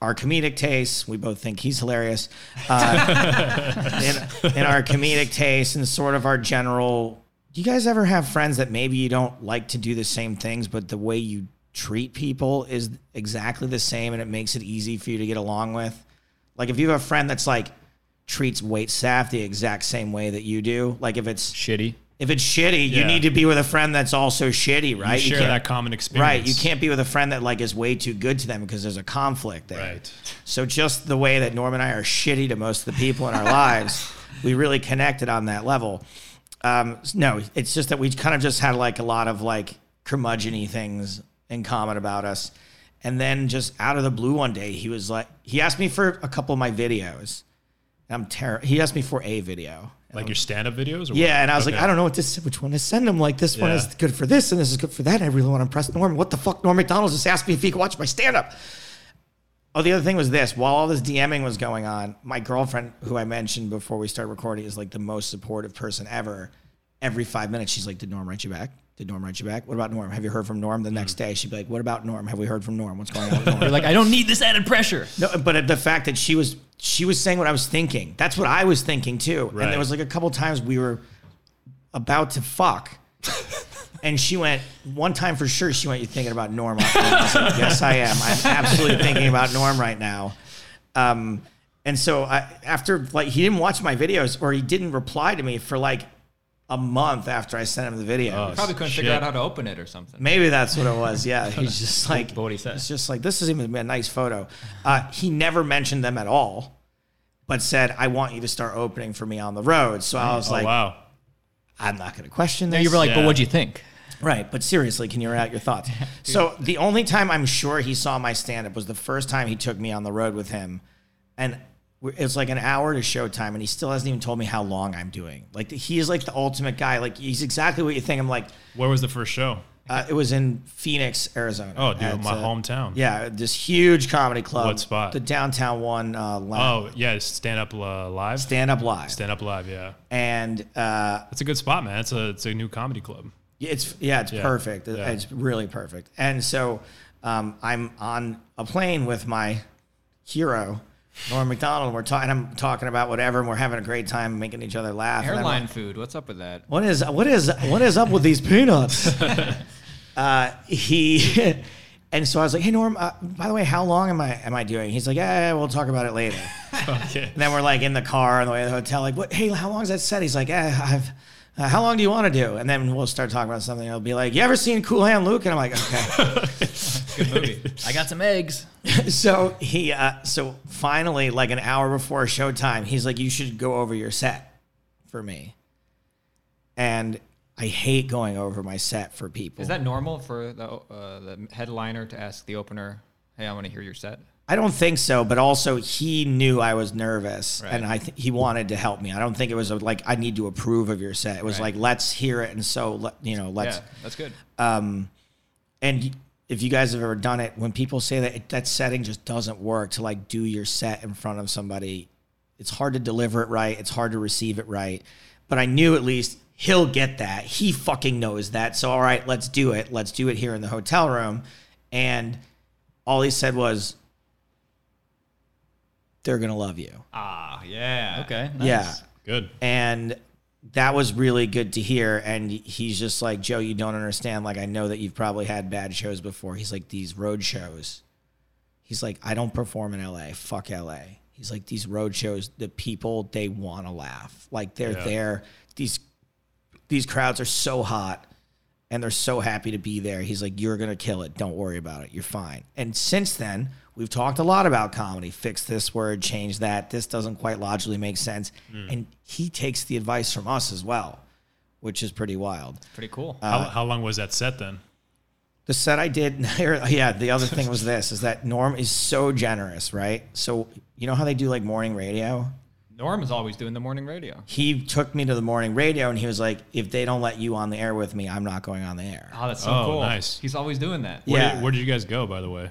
our comedic tastes. We both think he's hilarious Uh, in, in our comedic taste and sort of our general. Do you guys ever have friends that maybe you don't like to do the same things, but the way you treat people is exactly the same and it makes it easy for you to get along with? Like if you have a friend that's like treats wait staff the exact same way that you do, like if it's
Shitty.
if it's shitty, you
Yeah.
need to be with a friend that's also shitty, right?
You share
can't-
that common experience.
Right, you can't be with a friend that like is way too good to them because there's a conflict there.
Right.
So just the way that Norm and I are shitty to most of the people in our lives, we really connected on that level. Um, no, it's just that we kind of just had like a lot of like curmudgeony things in common about us. And then just out of the blue one day, he was like, he asked me for a couple of my videos. I'm terrible. He asked me for a video.
Like your stand-up videos. Or
Yeah, and I was like,
Okay.
I don't know what this, which one to send him. Like this one
Yeah.
is good for this, and this is good for that. I really want to impress Norm. What the fuck? Norm McDonald just asked me if he could watch my stand up. Oh, the other thing was this. While all this DMing was going on, my girlfriend, who I mentioned before we started recording, is like the most supportive person ever. Every five minutes, she's like, "Did Norm write you back? Did Norm write you back? What about Norm? Have you heard from Norm?" The
Hmm.
next day, she'd be like, "What about Norm? Have we heard from Norm? What's going on?" With Norm?
You're like, I don't need this added pressure.
No, but the fact that she was she was saying what I was thinking. That's what I was thinking too. And
Right.
there was like a couple times we were about to fuck. and she went one time for sure she went, You thinking about Norm? I was like, yes, I am. I'm absolutely thinking about Norm right now. Um and so I after like he didn't watch my videos or he didn't reply to me for like a month after I sent him the video.
Oh,
Probably couldn't figure
Oh,
out
Shit.
how to open it or something.
Maybe that's what it was. Yeah, he's just like
what he said.
It's just like this is even a nice photo. Uh, he never mentioned them at all, but said, "I want you to start opening for me on the road." So I was
Oh
like,
wow.
"I'm not going to question this."
And you were like, but
Yeah.
what'd you think?
Right, but seriously, can you write out your thoughts? so the only time I'm sure he saw my stand up was the first time he took me on the road with him, and we- it was like an hour to showtime, and he still hasn't even told me how long I'm doing. Like he is like the ultimate guy. Like he's exactly what you think. I'm like,
Where was the first show?
uh, it was in Phoenix, Arizona.
Oh, dude,
at,
my
uh,
hometown.
Yeah, this huge comedy club.
What spot?
The downtown one. Uh, oh.
Oh yeah, stand up uh, live. Stand,
Stand up live.
up live. Yeah,
and uh,
that's a good spot, man. It's a it's a new comedy club.
It's yeah, it's perfect.
yeah.
It's really perfect. And so um, I'm on a plane with my hero, Norm Macdonald. We're talking. I'm talking about whatever, and we're having a great time, making each other laugh. And I'm
Airline food. What's up with that?
what is what is what is up with these peanuts? uh, he and so I was like, hey Norm, uh, by the way, how long am I am I doing? He's like, yeah, yeah, we'll talk about it later. And then we're like in the car on the way to the hotel, like, what? Hey, how long is that set? He's like, eh, I've. Uh, how long do you want to do? And then we'll start talking about something. I'll be like, "You ever seen Cool Hand Luke?" And I'm like, "Okay."
Good movie.
I got some eggs.
so he uh, so finally like an hour before showtime he's like you should go over your set for me and I hate going over my set for people.
Is that normal for the uh, the headliner to ask the opener, "Hey, I want to hear your set"?
I don't think so, but also he knew I was nervous and I th- he wanted to help me. I don't think it was a, like I need to approve of your set. It was
Right.
like let's hear it and so let, you know, let's
Yeah, that's good.
and if you guys have ever done it, when people say that it, that setting just doesn't work to like do your set in front of somebody, it's hard to deliver it right. It's hard to receive it right. But I knew at least he'll get that. He fucking knows that. So all right, let's do it. Let's do it here in the hotel room. And all he said was, "They're gonna love you."
Ah, yeah.
Okay.
Yeah.
Good.
and that was really good to hear and he's just like joe you don't understand like i know that you've probably had bad shows before he's like these road shows he's like i don't perform in la fuck la he's like these road shows the people they want to laugh like they're
Yeah.
there these these crowds are so hot and they're so happy to be there he's like you're gonna kill it don't worry about it you're fine and since then we've talked a lot about comedy fix this word change that this doesn't quite logically make sense
Hmm.
and he takes the advice from us as well which is pretty wild
Pretty cool.
Uh,
how, how long was that set then?
the set I did, yeah. The other thing was this: is that Norm is so generous, right? So you know how they do like morning radio.
Norm is always doing the morning radio.
He took me to the morning radio, and he was like, "If they don't let you on the air with me, I'm not going on the air."
Oh, that's so
Oh,
cool.
nice.
He's always doing that.
Where,
yeah, Uh,
did, where did you guys go, by the way?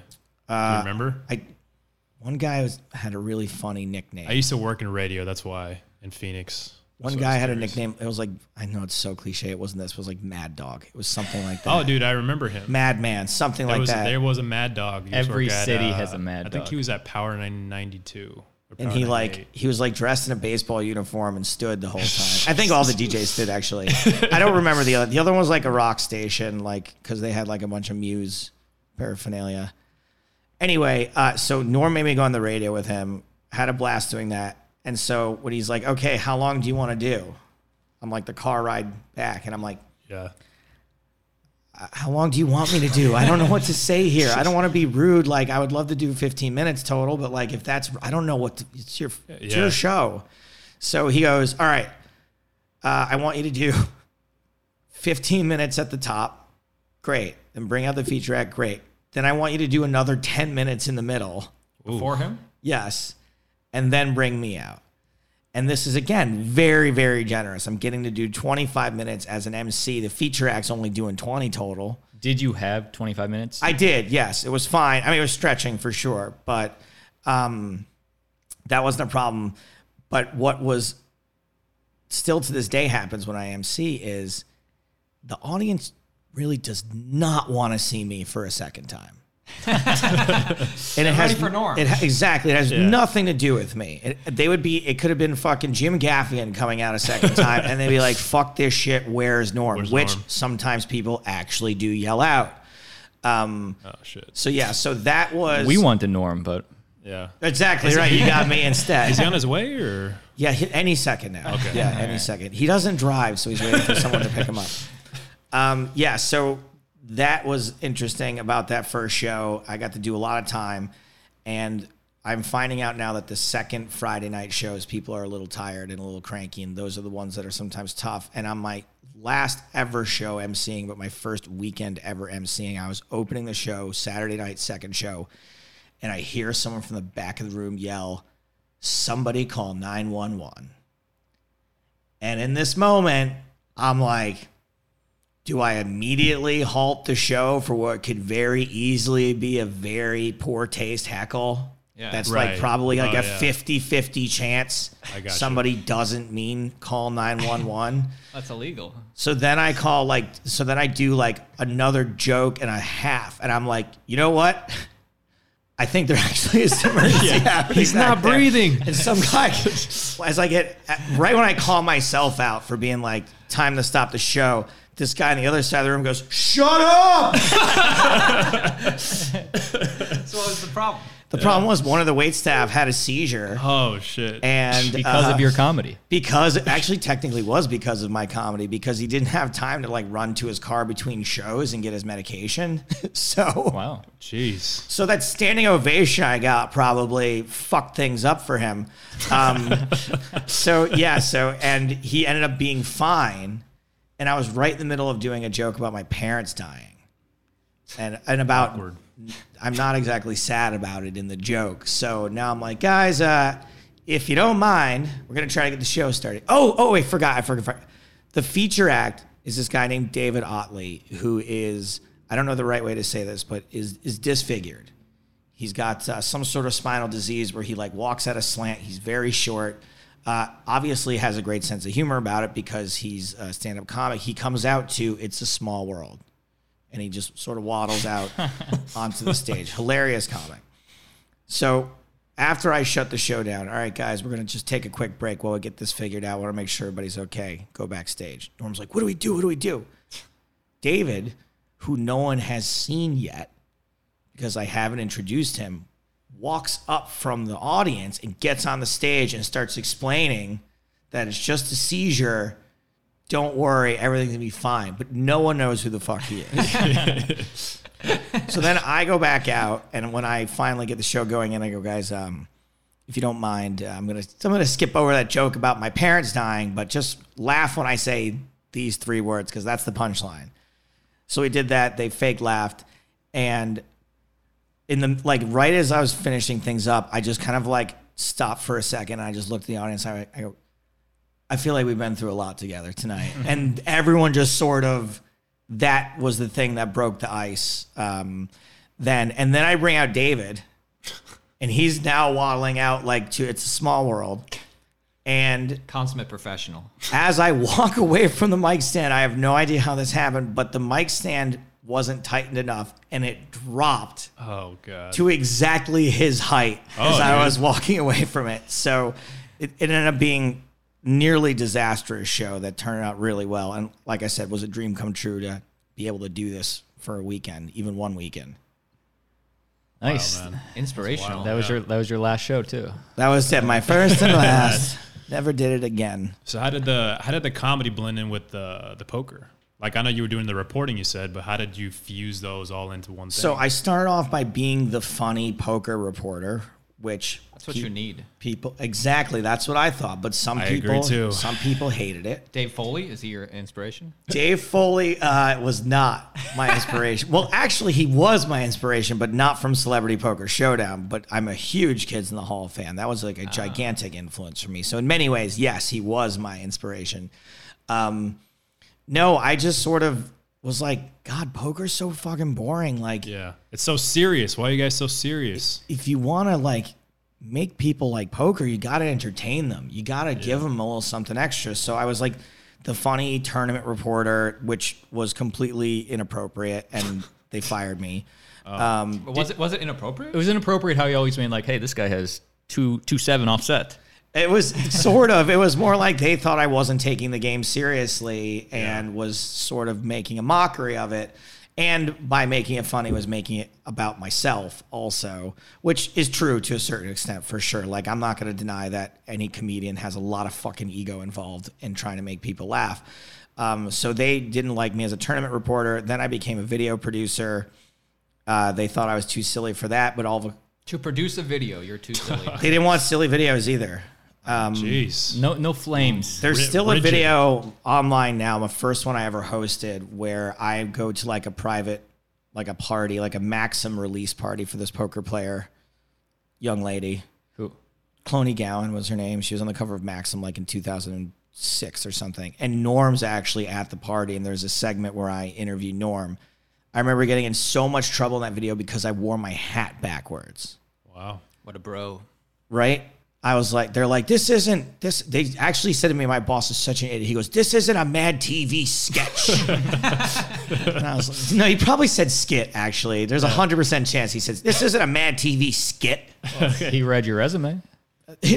Do you remember?
I one guy was, had a really funny nickname.
I used to work in radio. That's why in Phoenix.
one
So
guy
it's
had a
curious.
nickname. It was like I know it's so cliche. It wasn't this. It was like Mad Dog. It was something like that.
Oh, dude, I remember him.
Madman, something
there
like
was
that.
there was a Mad Dog. He used to
Every
work at,
city has a Mad
I think
Dog.
he was at Power 992. or
and
Power
he like
98.
he was like dressed in a baseball uniform and stood the whole time. I think all the DJs did actually. I don't remember the other. The other one was like a rock station, like because they had like a bunch of Muse paraphernalia. Anyway, uh, so Norm made me go on the radio with him. Had a blast doing that. And so when he's like, "Okay, how long do you want to do?" I'm like, "The car ride back," and I'm like,
yeah.
how long do you want me to do? I don't know what to say here. I don't want to be rude. Like, I would love to do 15 minutes total, but like, if that's, I don't know what to, it's your, it's
Yeah.
your show. So he goes, all right, uh, I want you to do 15 minutes at the top. Great. Then bring out the featurette. Great. Then I want you to do another 10 minutes in the middle.
Before him,
Yes. And then bring me out. And this is again very, very generous. I'm getting to do 25 minutes as an MC. The feature act's only doing 20 total.
Did you have 25 minutes?
I did, yes. It was fine. I mean, it was stretching for sure, but um, that wasn't a problem. But what was still to this day happens when I MC is the audience really does not want to see me for a second time. and it has
ready for Norm.
It ha- exactly. It has nothing to do with me. It, they would be. It could have been fucking Jim Gaffigan coming out a second time, and they'd be like, "Fuck this shit. Where's Norm?"
Where's
Which
Norm?
sometimes people actually do yell out. Um,
Oh shit.
So yeah, so that was
we want the norm, but
Yeah.
exactly right. You got me instead.
Is he on his way or?
Yeah, he- any second now.
Okay.
Yeah, any second. He doesn't drive, so he's waiting for someone to pick him up. Um, yeah, so that was interesting about that first show. I got to do a lot of time, and I'm finding out now that the second Friday night shows, people are a little tired and a little cranky, and those are the ones that are sometimes tough. And on my last ever show emceeing, but my first weekend ever emceeing, I was opening the show Saturday night, second show, and I hear someone from the back of the room yell, somebody call 911. And in this moment, I'm like, do I immediately halt the show for what could very easily be a very poor taste heckle?
Yeah.
That's
Right.
like probably like
Oh,
a
yeah.
50 50 chance
I got you.
somebody doesn't mean call 911.
that's illegal.
So then I call like so then I do like another joke and a half, and I'm like, you know what? I think there actually is some emergency happening
He's
back
not
there."
breathing.
And some guy, as I get right when I call myself out for being like, time to stop the show. This guy on the other side of the room goes, "Shut up!"
So what was the problem?
The problem was one of the wait staff had a seizure,
Oh shit.
and
because
uh,
of your comedy.
because it actually technically was because of my comedy because he didn't have time to like run to his car between shows and get his medication. so
Wow.
Jeez.
So that standing ovation I got probably fucked things up for him. Um, so yeah, so and he ended up being fine, and and I was right in the middle of doing a joke about my parents dying, and and about
Awkward.
I'm not exactly sad about it in the joke. So now I'm like, guys, uh, if you don't mind, we're gonna try to get the show started. Oh, oh, I forgot, I forgot. The feature act is this guy named David Otley, who is I don't know the right way to say this, but is is disfigured. He's got uh, some sort of spinal disease where he like walks at a slant. He's very short. Uh, obviously has a great sense of humor about it because he's a stand-up comic. He comes out to "It's a Small World," and he just sort of waddles out onto the stage. Hilarious comic. So after I shut the show down, all right, guys, we're gonna just take a quick break while we get this figured out. want to make sure everybody's okay. Go backstage. Norm's like, "What do we do? What do we do?" David, who no one has seen yet because I haven't introduced him, walks up from the audience and gets on the stage and starts explaining that it's just a seizure. Don't worry, everything's gonna be fine. But no one knows who the fuck he is. so then I go back out, and when I finally get the show going, and I go, guys, um, if you don't mind, uh, I'm gonna I'm gonna skip over that joke about my parents dying, but just laugh when I say these three words because that's the punchline. So we did that. They fake laughed, and in the like right as I was finishing things up, I just kind of like stopped for a second. And I just looked at the audience. I, I go, I feel like we've been through a lot together tonight, and everyone just sort of that was the thing that broke the ice. Um, then and then I bring out David, and he's now waddling out like to it's a small world, and
Consummate professional.
as I walk away from the mic stand, I have no idea how this happened, but the mic stand wasn't tightened enough and it dropped
Oh god.
to exactly his height as
Oh,
I
dude.
was walking away from it. So it, it ended up being nearly disastrous show that turned out really well. And like I said, was a dream come true to be able to do this for a weekend, even one weekend.
Nice.
Oh, man.
Inspirational.
That was
Yeah.
your that was your last show too.
That was it, my first and last. Never did it again.
So how did the how did the comedy blend in with the the poker? Like I know you were doing the reporting you said, but how did you fuse those all into one thing?
So I started off by being the funny poker reporter, which
That's what
pe-
you need.
People exactly. That's what I thought. But some
I
people,
agree too.
some people hated it.
Dave Foley is he your inspiration?
Dave Foley uh, was not my inspiration. well, actually, he was my inspiration, but not from Celebrity Poker Showdown. But I'm a huge Kids in the Hall fan. That was like a gigantic influence for me. So, in many ways, yes, he was my inspiration. Um, no, I just sort of was like, God, poker's so fucking boring. Like,
yeah, it's so serious. Why are you guys so serious?
if you want to like make people like poker, you got to entertain them. You got to give them a little something extra. So I was like the funny tournament reporter, which was completely inappropriate, and they fired me. Um,
Was it was it inappropriate?
It was inappropriate how you always made like, hey, this guy has two two seven offset.
it was sort of. It was more like they thought I wasn't taking the game seriously and was sort of making a mockery of it. And by making it funny, was making it about myself also, which is true to a certain extent for sure. Like I'm not going to deny that any comedian has a lot of fucking ego involved in trying to make people laugh. Um, so they didn't like me as a tournament reporter. Then I became a video producer. Uh, they thought I was too silly for that, but all the,
to produce a video, you're too silly.
they didn't want silly videos either. Um,
Jeez.
No no flames.
There's
Ri-
still a
rigid.
video online now, my first one I ever hosted, where I go to like a private, like a party, like a Maxim release party for this poker player, young lady.
Who?
Cloney Gowan was her name. She was on the cover of Maxim like in 2006 or something. And Norm's actually at the party, and there's a segment where I interview Norm. I remember getting in so much trouble in that video because I wore my hat backwards
Wow.
what a bro.
right? I was like, they're like, this isn't this. They actually said to me, my boss is such an idiot. He goes, this isn't a Mad TV sketch. and I was like, no, he probably said skit. Actually, there's a hundred percent chance he says this isn't a Mad TV skit.
he read your resume.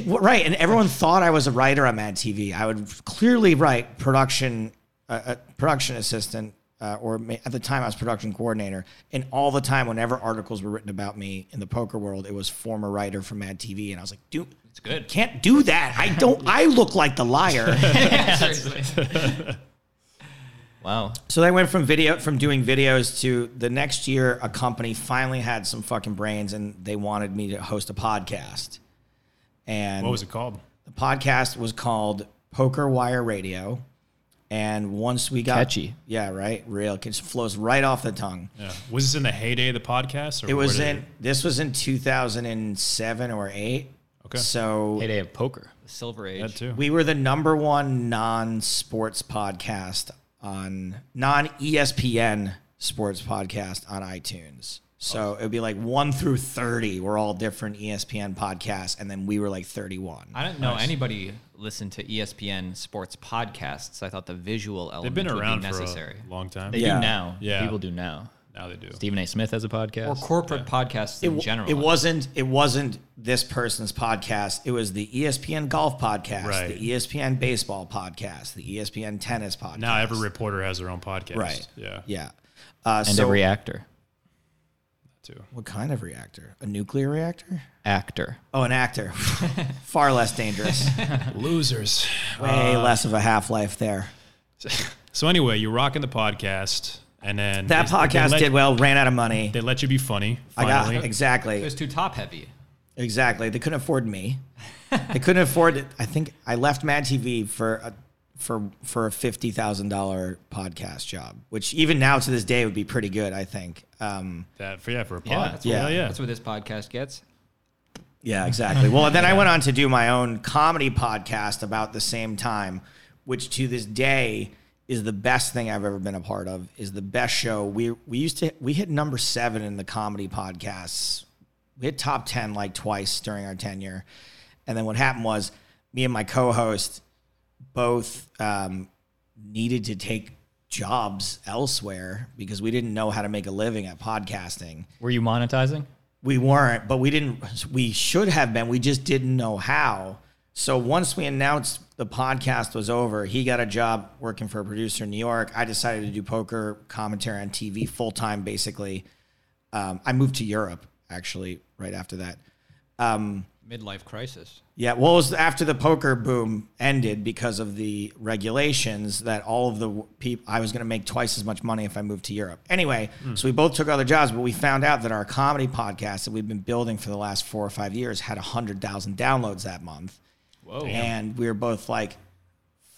right, and everyone thought I was a writer on Mad TV. I would clearly write production, uh, uh, production assistant, uh, or ma- at the time I was production coordinator. And all the time, whenever articles were written about me in the poker world, it was former writer from Mad TV, and I was like, dude.
It's good.
Can't do that. I don't. I look like the liar.
Seriously.
Wow.
so they went from video from doing videos to the next year. A company finally had some fucking brains, and they wanted me to host a podcast. And
What was it called?
the podcast was called Poker Wire Radio, And once we got
Catchy.
yeah, right, real, it just flows right off the tongue.
Yeah. Was this in the heyday of the podcast? Or
It was
where did
in this was in 2007 or eight.
Okay.
So
Heyday of poker.
Silver Age.
that too.
we were the number one non-sports podcast on non-ESPN sports podcast on iTunes. So it would be like one through thirty. We're all different E ESPN podcasts, and then we were like thirty-one.
I didn't know anybody listened to E ESPN sports podcasts. I thought the visual
They've
element
been
would
around
be
for
necessary.
a long time.
They
Yeah.
do now.
Yeah.
People do now.
now they do.
Stephen A. Smith has a podcast.
or corporate podcasts in
w-
general.
It wasn't. It wasn't this person's podcast. It was the E ESPN golf podcast,
Right.
the E ESPN baseball podcast, the E ESPN tennis podcast.
Now every reporter has their own podcast.
right.
Yeah.
Yeah. Uh,
and
so
every actor.
Too.
what kind of reactor? A nuclear reactor?
Actor.
Oh, an actor. Far less dangerous.
Losers.
Way
Uh,
less of a half life there.
So anyway, you're rocking the podcast, and then
That
they- they
podcast
let-
did well. Ran out of money.
They let you be funny.
I got
Finally.
It
exactly,
was too top heavy.
exactly. They couldn't afford me. they couldn't afford it. I think I left Mad TV for a for for a fifty thousand dollar podcast job, which even now to this day would be pretty good. I think. Um,
that for yeah for a pod.
Yeah, that's
Yeah.
Hell yeah.
That's what this podcast gets.
yeah, exactly. Well, then I went on to do my own comedy podcast about the same time, which to this day is the best thing I've ever been a part of. Is the best show we we used to we hit number seven in the comedy podcasts we hit top 10 like twice during our tenure. And then what happened was me and my co host both um, needed to take jobs elsewhere because we didn't know how to make a living at podcasting.
Were you monetizing?
We weren't, but we didn't, we should have been. We just didn't know how. So once we announced the podcast was over, he got a job working for a producer in New York. I decided to do poker commentary on TV full time, basically. Um, I moved to Europe actually right after that.
Midlife crisis.
Yeah, well, it was after the poker boom ended because of the regulations that all of the people I was going to make twice as much money if I moved to Europe. Anyway,
Hmm.
so we both took other jobs, but we found out that our comedy podcast that we've been building for the last four or five years had hundred thousand downloads that month,
Whoa.
and we were both like,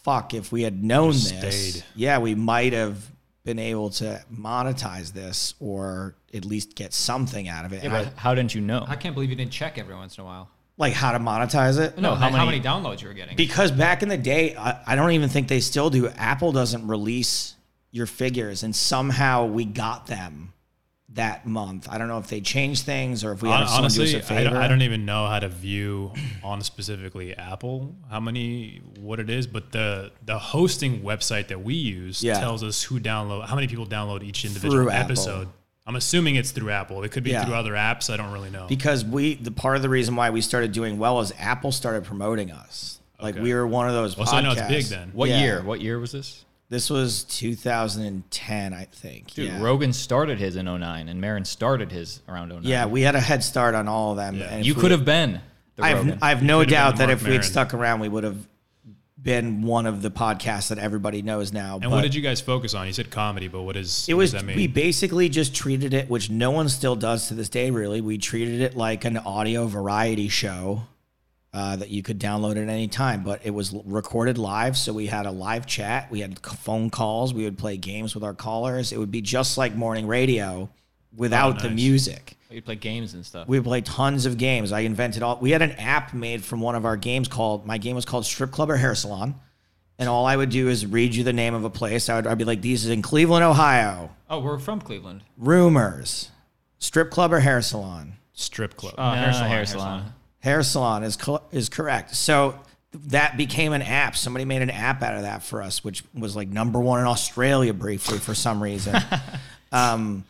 "Fuck! If we had known this,
stayed.
yeah, we might have." Been able to monetize this, or at least get something out of it, And I-
How didn't you know?
I can't believe you didn't check every once in a while.
like how to monetize it.
No,
how
how, many,
many-
downloads you were getting.
Because back in the day, I, I don't even think they still do. Apple doesn't release your figures, and somehow we got them that month. I don't know if they changed things or if we had
Hon-
someone do
Honestly,
us a
I don't,
favor.
I don't even know how to view on specifically Apple how many what it is, but the the hosting website that we use
Yeah.
tells us who download how many people download each individual
Through Apple.
episode. I'm assuming it's through Apple. It could be
Yeah.
through other apps. I don't really know.
because we the part of the reason why we started doing well is Apple started promoting us. Like we were one of those.
well,
podcasts.
so I know it's big then.
what
Yeah.
year? What year was this?
This was 2010, I think.
Dude,
yeah.
Rogan started his in 09 and Marin started his around 09.
yeah, we had a head start on all of them. and if
You
we-
could have been the Rogan.
I've, I've no
could've been
doubt that
Mark
if we'd
Maron.
stuck around, we would have been one of the podcasts that everybody knows now.
And what did you guys focus on? You said comedy, but what is
It
what
was
does that mean?
we basically just treated it, which no one still does to this day. Really, we treated it like an audio variety show uh, that you could download at any time. But it was l- recorded live, so we had a live chat, we had c- phone calls, we would play games with our callers. It would be just like morning radio without the music.
you play games and stuff.
We played tons of games. I invented all. We had an app made from one of our games called. My game was called Strip Club or Hair Salon, and all I would do is read you the name of a place. I would. I'd be like, "These is in Cleveland, Ohio.
oh, we're from Cleveland.
Rumors, strip club or hair salon.
strip club.
uh,
Oh,
No,
hair salon.
hair
hair
salon.
salon.
Hair salon is cor- is correct. So." That became an app. Somebody made an app out of that for us, which was like number one in Australia briefly for some reason. Um,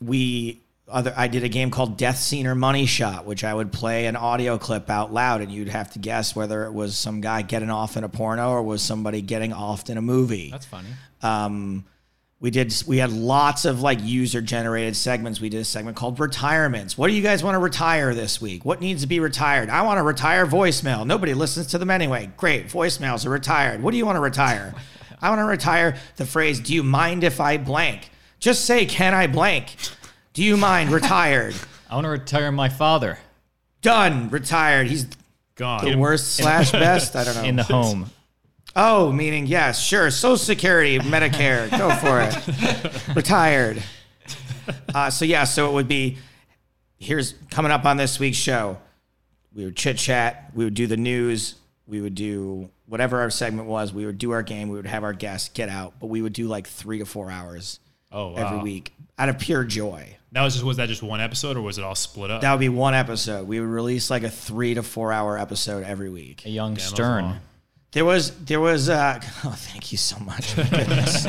we other I did a game called Death Scene or Money Shot, which I would play an audio clip out loud, and you'd have to guess whether it was some guy getting off in a porno or was somebody getting off in a movie.
That's funny.
we did we had lots of like user generated segments. We did a segment called Retirements. What do you guys want to retire this week? What needs to be retired? I want to retire voicemail. Nobody listens to them anyway. Great, voicemails are retired. What do you want to retire? I want to retire the phrase "Do you mind if I blank?" Just say "Can I blank?" Do you mind retired?
I want to retire my father
done, retired. He's
Gone.
the worst slash best. I don't know.
in the home.
Oh, meaning yes, sure. Social Security, Medicare, go for it. Retired. Uh, so yeah, so it would be. Here's coming up on this week's show. We would chit chat. We would do the news. We would do whatever our segment was. We would do our game. We would have our guests get out, but we would do like three to four hours
Oh, wow.
every week out of pure joy.
That was just was that just one episode or was it all split up?
That would be one episode. We would release like a three to four hour episode every week.
A young
That was
Stern.
long.
There was there was uh, oh thank you so much. My goodness.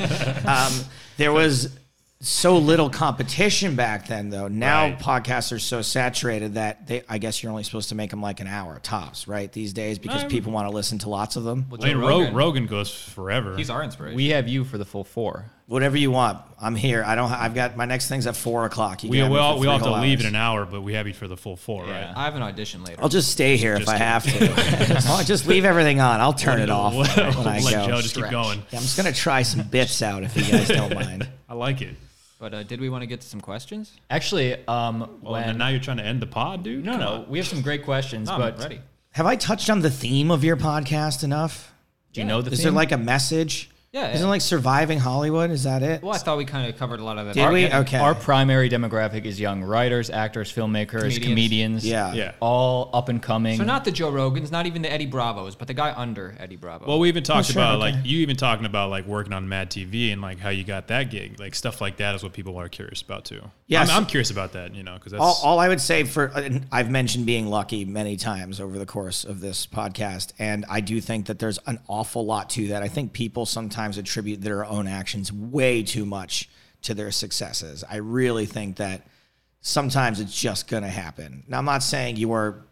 um, there was so little competition back then though. Now
Right.
podcasts are so saturated that they I guess you're only supposed to make them like an hour tops right these days because
Um,
people want to listen to lots of them.
Well,
I mean,
Joe
Rogan. Rogan goes forever.
He's our inspiration.
We have you for the full four.
Whatever you want, I'm here. I don't. I've got my next thing's at four o'clock. You
we,
can
we
me
all
for
we all have
three
to
whole
leave
hours.
in an hour, but we have you for the full four,
Yeah.
right?
I have an audition later.
I'll just stay here if
Just
I
kidding.
have to. I'll just leave everything on. I'll turn it off when
Let
I go.
Joe just
Stretch.
keep going.
Yeah, I'm just gonna try some bits out if you guys don't mind.
I like it.
but uh, did we want to get to some questions?
Actually, um,
Well, and
when
now you're trying to end the pod, dude.
no,
Come
no,
on.
we have some great questions,
No,
but
I'm ready.
Have I touched on the theme of your podcast enough?
do you know the
Is
theme?
there like a message?
Yeah,
Isn't
yeah.
it like surviving Hollywood? Is that it?
Well, I thought we kind of covered a lot of that.
Did we?
Yeah.
Okay.
Our primary demographic is young writers, actors, filmmakers,
Comedians.
comedians.
yeah.
Yeah.
all up and coming.
So not the Joe Rogans, not even the Eddie Bravos, but the guy under Eddie Bravo.
Well, we even talked
Oh, sure,
about
okay.
like you even talking about like working on Mad TV and like how you got that gig, like stuff like that is what people are curious about too.
Yes.
I'm, I'm curious about that, you know, because that's
All, all I would say for and I've mentioned being lucky many times over the course of this podcast, and I do think that there's an awful lot to that. I think people sometimes attribute their own actions way too much to their successes. I really think that sometimes it's just going to happen. Now, I'm not saying your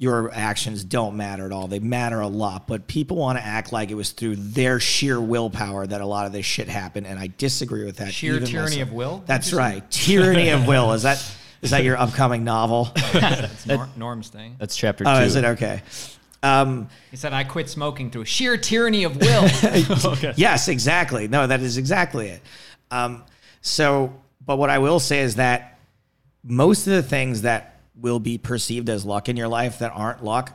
your actions don't matter at all; they matter a lot. But people want to act like it was through their sheer willpower that a lot of this shit happened, and I disagree with that.
Sheer
even
tyranny of will?
That's right. Tyranny of Will. Is that is that your upcoming novel?
That's Nor- Norm's thing.
That's chapter two.
Oh, is it okay? Um,
He said, "I quit smoking through sheer tyranny of will."
yes, exactly. No, that is exactly it. Um, so, but what I will say is that most of the things that will be perceived as luck in your life that aren't luck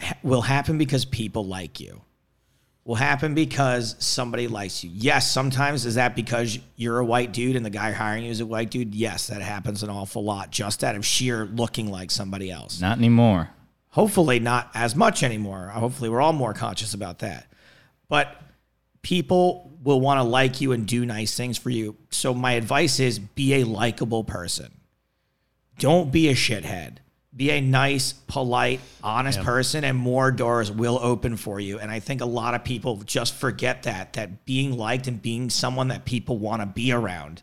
ha- will happen because people like you. Will happen because somebody likes you. Yes, sometimes is that because you're a white dude and the guy hiring you is a white dude? Yes, that happens an awful lot just out of sheer looking like somebody else.
Not anymore.
hopefully not as much anymore. Hopefully we're all more conscious about that. But people will want to like you and do nice things for you. So my advice is be a likable person. Don't be a shithead. Be a nice, polite, honest person and more doors will open for you. And I think a lot of people just forget that that being liked and being someone that people want to be around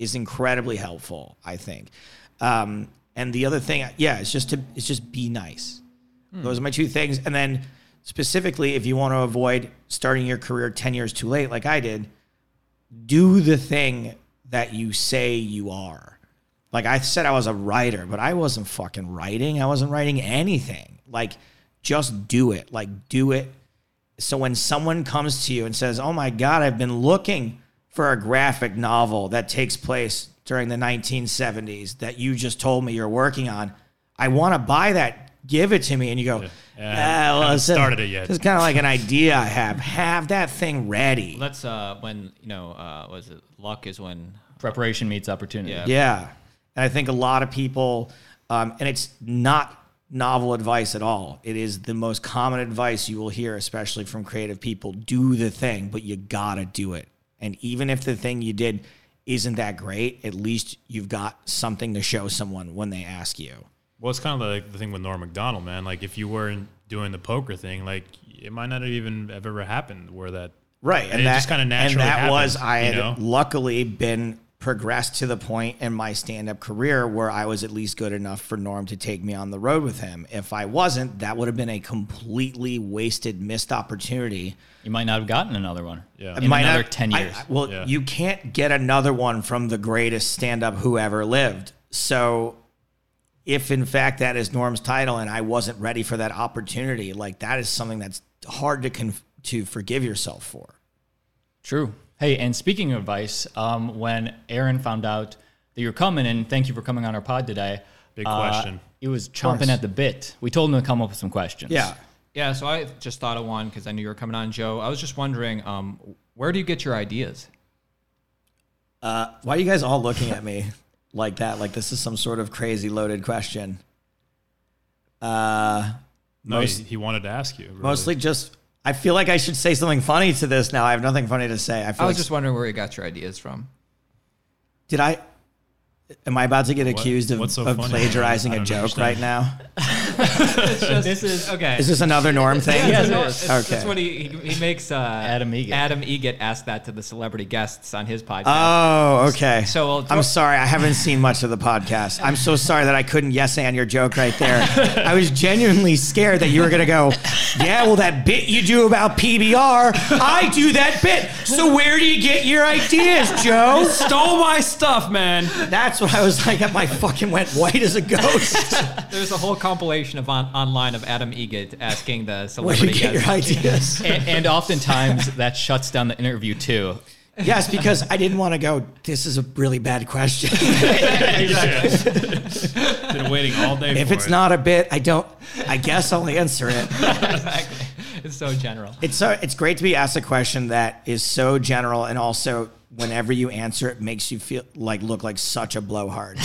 is incredibly helpful, I think. Um, and the other thing, yeah, it's just to it's just be nice. Those are my two things. And then specifically, if you want to avoid starting your career 10 years too late, like I did, do the thing that you say you are. Like I said, I was a writer, but I wasn't fucking writing. I wasn't writing anything. Like, just do it. Like, do it. So when someone comes to you and says, Oh my God, I've been looking for a graphic novel that takes place during the 1970s that you just told me you're working on, I want to buy that. Give it to me. And you go,
Yeah.
"Ah, well,
Haven't
it's a-
started it yet."
It's kind of like an idea I have. Have that thing ready.
That's uh, when you know, uh, was it luck is when
Preparation meets opportunity.
Yeah.
Yeah. And I think a lot of people, um, and it's not novel advice at all. It is the most common advice you will hear, especially from creative people do the thing, but you gotta do it. And even if the thing you did isn't that great, at least you've got something to show someone when they ask you.
well, it's kind of like the thing with Norm Macdonald, man. Like if you weren't doing the poker thing, like it might not have even have ever happened where that
Right,
and, it just kind of naturally
And that was
happens,
I had
you know?
luckily been progressed to the point in my stand-up career where I was at least good enough for Norm to take me on the road with him. If I wasn't, that would have been a completely wasted, missed opportunity.
You might not have gotten another one.
Yeah.
In
Might
another
not-
ten
I-
years.
I- well,
Yeah.
you can't get another one from the greatest stand-up who ever lived. So, if in fact that is Norm's title, and I wasn't ready for that opportunity, like that is something that's hard to con- to forgive yourself for.
True. Hey, and speaking of advice, um, when Aaron found out that you're coming and thank you for coming on our pod today.
Big
uh,
question.
He was chomping at the bit. We told him to come up with some questions.
Yeah.
Yeah, so I just thought of one because I knew you were coming on, Joe. I was just wondering, um, where do you get your ideas?
Why are you guys all looking at me like that? Like this is some sort of crazy loaded question.
No, he, he wanted to ask you. really.
Mostly just, I feel like I should say something funny to this now. I have nothing funny to say. I feel
I was
like,
just wondering where you got your ideas from.
did I, am I about to get accused of,
what's so
of
funny?
plagiarizing
I
a
don't
joke
understand.
right now?
this is okay.
Is this another norm thing?
Yeah, it's
Yes, it
a-
is.
it's- That's
Okay.
what he, he, he makes. Uh,
Adam Egget.
Adam Egget asked that to the celebrity guests on his podcast.
Oh, okay.
So I'll-
I'm sorry. I haven't seen much of the podcast. I'm so sorry that I couldn't yes and your joke right there. I was genuinely scared that you were going to go, yeah, well, that bit you do about PBR, I do that bit. So where do you get your ideas, Joe?
stole my stuff, man.
That's what I was like. My fucking went white as a ghost.
There's a whole compilation of on, online of Adam Egget asking the
Where do
celebrity
you get your
guests.
ideas?
and, and oftentimes that shuts down the interview too.
Yes, because I didn't want to go, this is a really bad question.
Been waiting all day.
If
for
it's
it.
not a bit, I don't, I guess I'll answer it.
Exactly. It's so general.
It's so it's great to be asked a question that is so general and also whenever you answer it makes you feel like look like such a blowhard.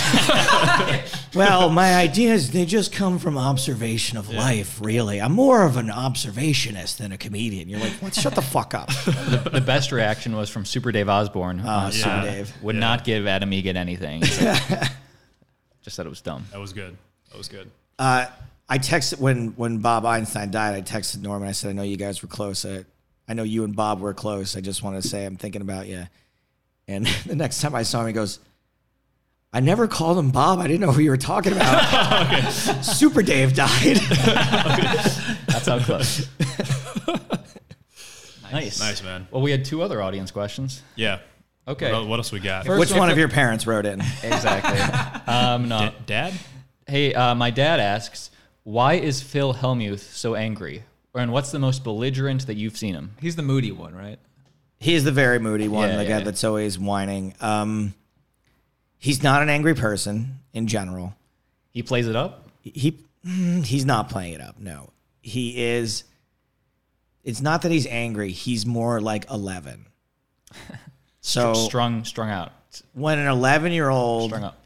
well, my ideas they just come from observation of life, really. I'm more of an observationist than a comedian. You're like, what shut the fuck up.
The best reaction was from Super Dave Osborne.
Uh,
Uh,
Super Dave.
would
Yeah.
not give Adam Egan anything. He's like- just said it was dumb.
that was good. That was good.
Uh, I texted when when Bob Einstein died, I texted Norman. I said, I know you guys were close. I, I know you and Bob were close. I just wanted to say I'm thinking about you. And the next time I saw him, he goes, I never called him Bob. I didn't know who you were talking about. Super Dave died.
That's how close. nice.
Nice, man.
Well, we had two other audience questions.
Yeah.
Okay.
What, what else we got?
First
Which one of your parents wrote in?
Exactly. um, no.
Da- Dad.
Hey, uh, my dad asks, why is Phil Hellmuth so angry? Or, and what's the most belligerent that you've seen him?
He's the moody one, right?
He's the very moody one,
Yeah,
the
yeah,
guy
yeah.
that's always whining. Um, he's not an angry person in general.
He plays it up.
he mm, he's not playing it up. No, he is. It's not that he's angry. He's more like eleven. So
Strung, strung out,
when an eleven-year-old,
strung up.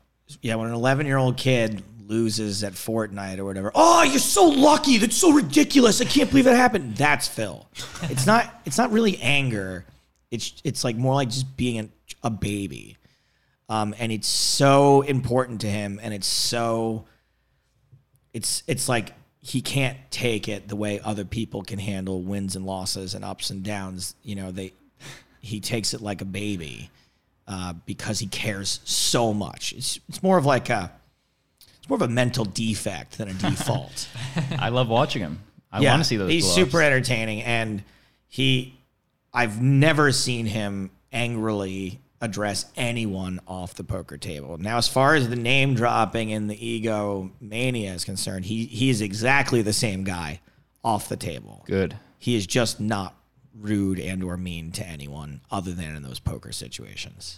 yeah, when an eleven-year-old kid loses at Fortnite or whatever, oh, you're so lucky. That's so ridiculous. I can't believe that happened. That's Phil. It's not. It's not really anger. It's it's like more like just being a, a baby. Um, and it's so important to him, and it's so it's it's like he can't take it the way other people can handle wins and losses and ups and downs. You know, they he takes it like a baby uh, because he cares so much. It's it's more of like a it's more of a mental defect than a default.
I love watching him. I want to see those.
He's
gloves.
super entertaining, and he I've never seen him angrily address anyone off the poker table. Now, as far as the name dropping and the ego mania is concerned, he he is exactly the same guy off the table.
Good.
He is just not rude and or mean to anyone other than in those poker situations.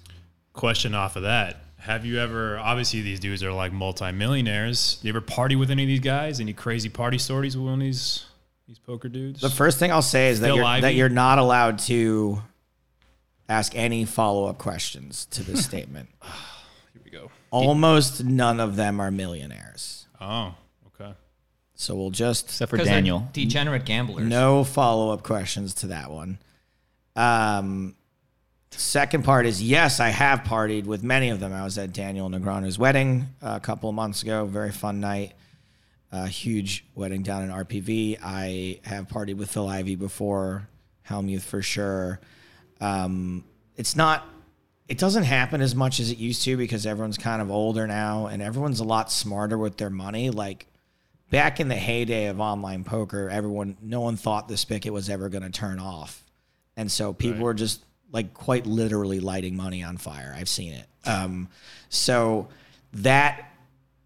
Question off of that. Have you ever? Obviously, these dudes are like multimillionaires. You ever party with any of these guys? Any crazy party stories with one of these these poker dudes?
The first thing I'll say is that
Phil
you're,
Ivey?
that you're not allowed to ask any follow up questions to this statement.
Here we go.
Almost none of them are millionaires.
Oh, okay.
So we'll just
Except for
'Cause they're
Daniel.
Degenerate gamblers.
no follow up questions to that one. Um, second part is yes, I have partied with many of them. I was at Daniel Negreanu's wedding uh, a couple of months ago. Very fun night. A huge wedding down in RPV. I have partied with Phil Ivey before, Helmuth for sure. Um, it's not. It doesn't happen as much as it used to because everyone's kind of older now and everyone's a lot smarter with their money. Like back in the heyday of online poker, everyone, no one thought the spigot was ever going to turn off, and so people were just like quite literally lighting money on fire. I've seen it. Um, so that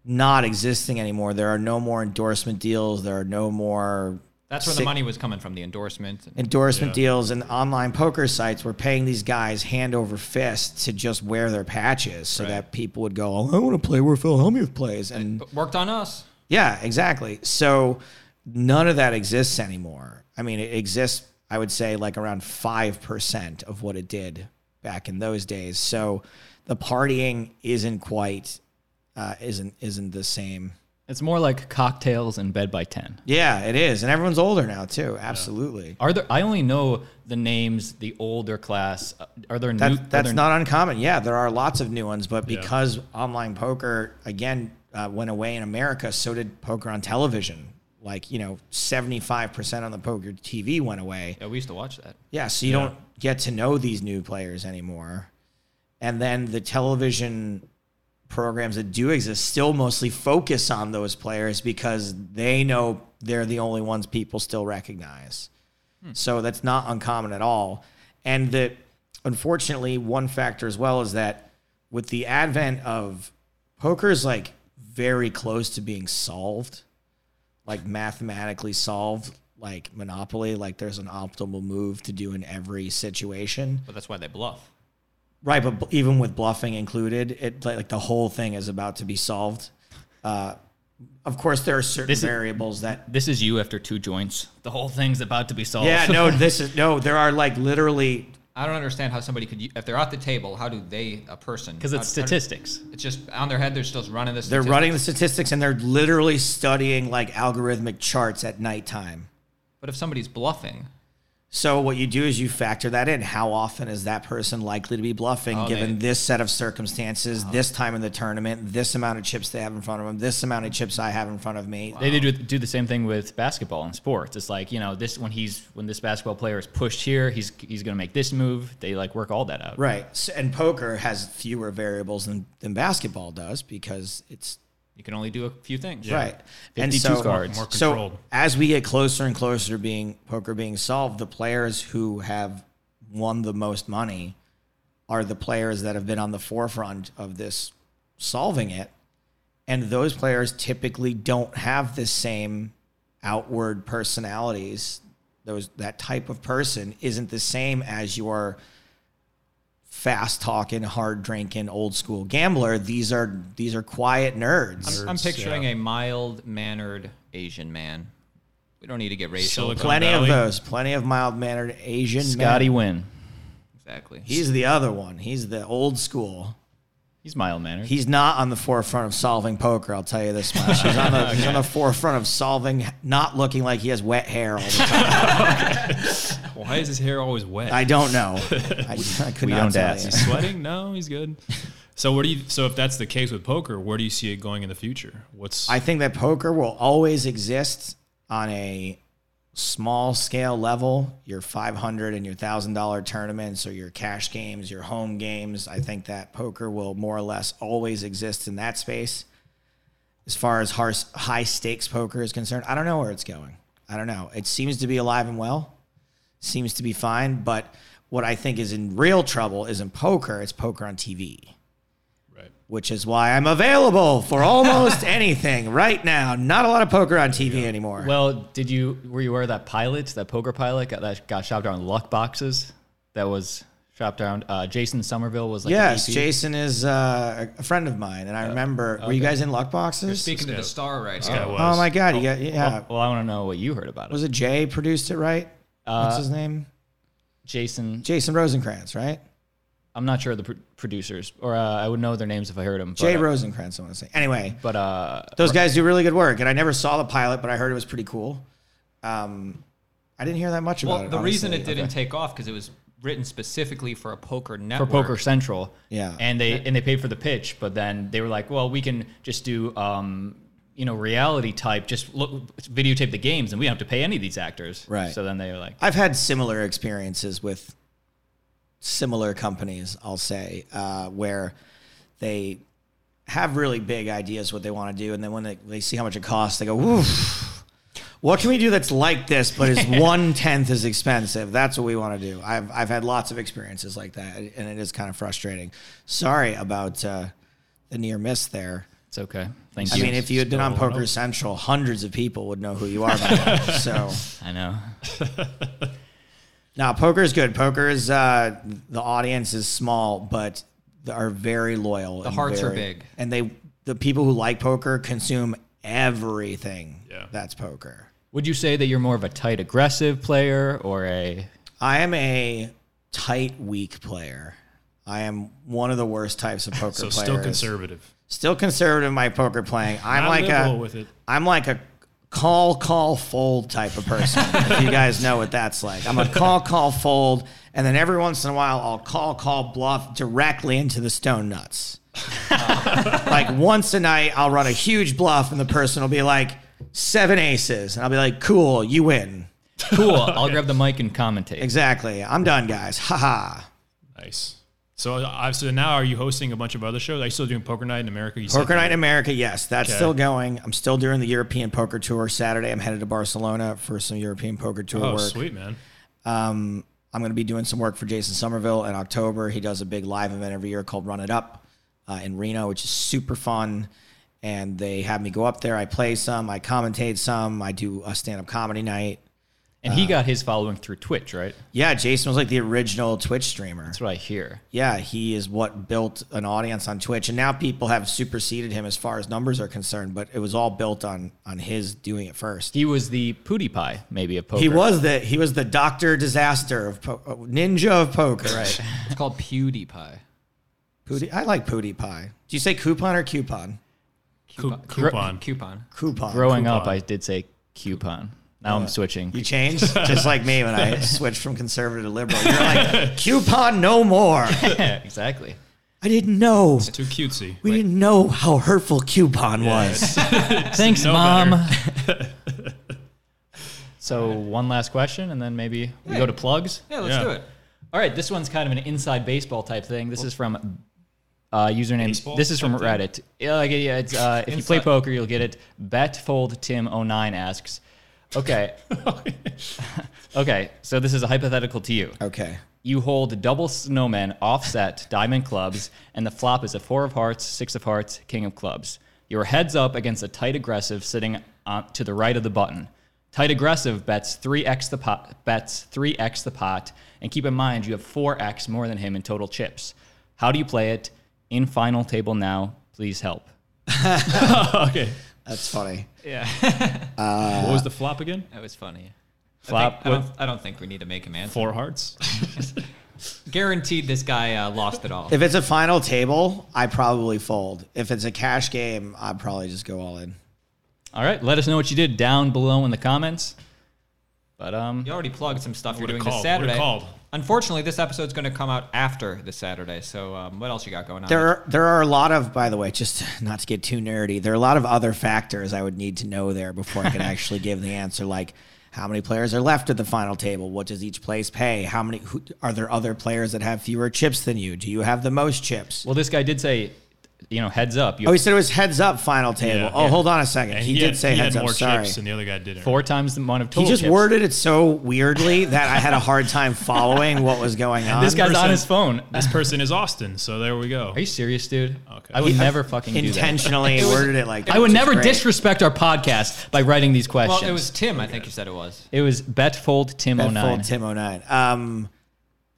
not existing anymore. There are no more endorsement deals. There are no more
That's where
Sick.
the money was coming from, the endorsement.
endorsement deals and online poker sites were paying these guys hand over fist to just wear their patches so that people would go, oh, I want to play where Phil Hellmuth plays. And
But worked on us.
yeah, exactly. So none of that exists anymore. I mean, it exists, I would say, like around 5% of what it did back in those days. So the partying isn't quite, uh, isn't, isn't the same.
It's more like cocktails and bed by 10.
Yeah, it is. And everyone's older now, too. Absolutely.
Are there, I only know the names, the older class. Uh, Are there new,
That,
are
that's
there,
not uncommon. Yeah, there are lots of new ones, but because online poker again uh, went away in America, so did poker on television. Like you know, seventy five percent on the poker TV went away.
Yeah, we used to watch that.
Yeah, so you don't get to know these new players anymore. And then the television programs that do exist still mostly focus on those players because they know they're the only ones people still recognize. So that's not uncommon at all. And that unfortunately, one factor as well is that with the advent of poker is like very close to being solved, like mathematically solved, like Monopoly, like there's an optimal move to do in every situation.
But that's why they bluff.
Right, but bl- even with bluffing included, it like, like the whole thing is about to be solved. Uh, of course, there are certain variables that.
This is you after two joints. The whole thing's about to be solved.
Yeah, no, this is no. There are like literally
I don't understand how somebody could, u- if they're at the table, how do they, a person?
Because it's
how- how do-
statistics.
It's just on their head. They're just running this.
they're running the statistics and they're literally studying like algorithmic charts at nighttime.
But if somebody's bluffing,
So what you do is you factor that in. How often is that person likely to be bluffing
Oh,
given
they- Uh-huh.
this set of circumstances, this time in the tournament, this amount of chips they have in front of them, this amount of chips I have in front of me?
They do do the same thing with basketball and sports. It's like you know this when he's when this basketball player is pushed here, he's he's gonna make this move. They like work all that out.
Right. S and poker has fewer variables than, than basketball does because it's
you can only do a few things.
right. And
52
so,
cards.
More
so
controlled.
as we get closer and closer to being poker being solved, the players who have won the most money are the players that have been on the forefront of this solving it. And those players typically don't have the same outward personalities. Those that type of person isn't the same as your fast talking, hard drinking, old school gambler. These are these are quiet nerds.
I'm picturing a mild mannered Asian man. We don't need to get racial.
Silicon
Plenty
Valley.
of those. Plenty of mild mannered Asian
Scotty
men.
Wynn,
Exactly.
He's the other one. He's the old school.
he's mild mannered.
He's not on the forefront of solving poker. I'll tell you this much. He's on the, he's on the forefront of solving, not looking like he has wet hair all the time.
Why is his hair always wet?
I don't know. I, I could
we
not
don't
tell
ask.
you.
He's sweating? No, he's good. So what do you? So if that's the case with poker, where do you see it going in the future? What's
I think that poker will always exist on a small scale level. Your five hundred and your thousand dollar tournaments, or your cash games, your home games. I think that poker will more or less always exist in that space. As far as har- high stakes poker is concerned, I don't know where it's going. I don't know. It seems to be alive and well. Seems to be fine, but what I think is in real trouble is in poker. It's poker on TV
right?
which is why I'm available for almost anything right now. Not a lot of poker on TV anymore.
Well, did you were you aware of that pilot, that poker pilot got, that got shopped around luck boxes? That was shopped around. Uh, Jason Somerville was like
yes,
the E VP.
Jason is uh, a friend of mine, and I remember. Were you guys in luck boxes?
Oh, Speaking Oh, to the star right
Yeah,
now.
it
Oh
was.
my god, you got yeah.
Oh, Well, I want to know what you heard about it.
Was it Jay produced it right?
Uh,
What's his name?
Jason,
Jason Rosenkrantz, right?
I'm not sure of the pro- producers, or uh, I would know their names if I heard them.
Jay
but, uh,
Rosenkrantz, I want to say. Anyway,
but uh,
those guys do really good work, and I never saw the pilot, but I heard it was pretty cool. Um, I didn't hear that much about
Well,
it.
the reason it
honestly.
didn't take off because it was written specifically for a poker
for
network.
Poker Central.
Yeah.
And they and they paid for the pitch, but then they were like, well, we can just do um, you know reality type, just look videotape the games, and we don't have to pay any of these actors.
Right.
So then they were like,
I've had similar experiences with similar companies, I'll say, uh, where they have really big ideas what they want to do, and then when they, they see how much it costs, they go, "Oof, what can we do that's like this but is one tenth as expensive?" That's what we want to do. I've I've had lots of experiences like that, and it is kind of frustrating. Sorry about uh, the near miss there.
it's okay. Thank
I
you.
mean, if you had been on Poker Central, hundreds of people would know who you are by now. So.
I know.
No, poker is good. Poker is uh, the audience is small, but they are very loyal. The
hearts are big.
and they the people who like poker consume everything.
Yeah.
that's poker.
Would you say that you're more of a tight aggressive player or a
I am a tight, weak player. I am one of the worst types of poker
So
players.
still conservative.
Still conservative in my poker playing. I'm
Not
like uh, a
liberal with it.
am like a call, call, fold type of person. if you guys know what that's like. I'm a call, call, fold, and then every once in a while I'll call, call, bluff directly into the stone nuts. Uh, like once a night I'll run a huge bluff and the person will be like seven aces, and I'll be like, cool, you win.
cool? I'll grab the mic and commentate.
Exactly. I'm done, guys. Haha.
Nice. So I've so now are you hosting a bunch of other shows? Are you still doing Poker Night in America? You said
Poker
that.
Night in America, yes, that's
Okay.
still going. I'm still doing the European Poker Tour. Saturday, I'm headed to Barcelona for some European Poker Tour
Oh,
work.
sweet man.
Um, I'm going to be doing some work for Jason Somerville in October. He does a big live event every year called Run It Up uh, in Reno, which is super fun. And they have me go up there. I play some, I commentate some, I do a stand up comedy night.
And
Uh,
he got his following through Twitch, right?
Yeah, Jason was like the original Twitch streamer.
That's what I hear.
yeah, he is what built an audience on Twitch, and now people have superseded him as far as numbers are concerned. But it was all built on on his doing it first.
He was the PewDiePie, maybe of poker.
He was the he was the Doctor Disaster of po- uh, Ninja of Poker. Right.
It's called PewDiePie.
Pootie, I like PewDiePie. Do you say coupon or coupon?
Coup- coupon.
Coupon.
Coupon.
Growing up,
Coupon.
I did say coupon. Now I'm switching.
You changed, just like me when I switched from conservative to liberal. You're like coupon no more.
exactly.
I didn't know.
Too cutesy.
We didn't know how hurtful coupon was.
Thanks,
No
mom. so one last question, and then maybe we go to plugs.
Yeah, let's
Yeah.
do it.
All right, this one's kind of an inside baseball type thing. This is from uh, username.
Baseball
This is from
type thing?
Reddit. Yeah, like, yeah, it's, uh, if you play
Inside.
poker, you'll get it. BetFoldTim09 asks, okay, okay, so this is a hypothetical to you.
Okay.
You hold double snowmen offset diamond clubs, and the flop is a four of hearts, six of hearts, king of clubs. Your heads up against a tight aggressive sitting on, to the right of the button. Tight aggressive bets three x the pot, bets three x the pot, and keep in mind you have four x more than him in total chips. How do you play it? In final table now, please help.
okay.
That's funny. Uh,
what was the flop again?
That was funny. I,
Flop
think- uh, I
with
don't, I don't think we need to make him answer.
Four hearts.
Guaranteed, this guy uh, lost it all.
If it's a final table, I probably fold. If it's a cash game, I'd probably just go all in.
all right. Let us know what you did down below in the comments. But um,
You already plugged some stuff you're
Would've
doing
called,
this
would've
Saturday.
called.
Unfortunately, this episode's going to come out after the Saturday. So, um, what else you got going on?
There are, there are a lot of, by the way, just not to get too nerdy, there are a lot of other factors I would need to know there before I can actually give the answer, like how many players are left at the final table? What does each place pay? How many who, are there other players that have fewer chips than you? Do you have the most chips?
well, this guy did say, you know, heads up. You
Oh, he said it was heads up final table.
Yeah,
oh,
yeah.
hold on a second.
And
He, did
had-
say
he
heads
had
up.
more
Sorry.
chips and the other guy didn't.
four times the amount of total.
He just
chips.
worded it so weirdly that I had a hard time following what was going on.
This guy's on
person-
his phone.
This person is Austin, so there we go.
Are you serious, dude?
Okay.
I would never fucking do that.
intentionally worded it like that.
I would
which is
never
great.
disrespect our podcast by writing these questions.
well, it was Tim. I think you said it was.
it was betfold tim
That
09.
full Tim 09. Um,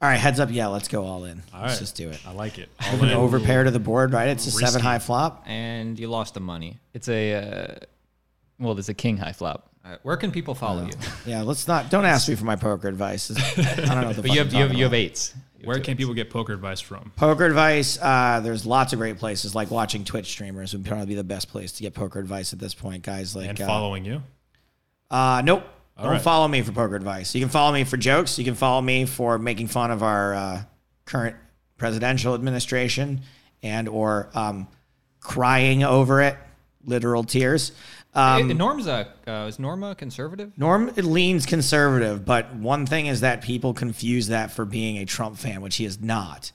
all right, heads up. Yeah, let's go all in. let's
right.
just do it.
I like it. All in.
Over pair to the board, right? It's a seven high flop.
And you lost the money.
It's a uh, well, there's a king high flop.
All right, Uh, where can people follow
Uh,
you?
Yeah, let's not. Don't ask me for my poker advice. I don't know what the
But you have you have you have eights.
Where can people get poker advice from?
Poker advice. Uh, there's lots of great places. Like watching Twitch streamers would probably be the best place to get poker advice at this point, guys. Like
And
uh,
following you?
Uh, nope. don't
right.
follow me for poker advice. You can follow me for jokes. You can follow me for making fun of our uh, current presidential administration and or um, crying over it, literal tears. Um,
Hey, Norm's a uh, is Norma conservative?
Norm leans conservative, but one thing is that people confuse that for being a Trump fan, which he is not.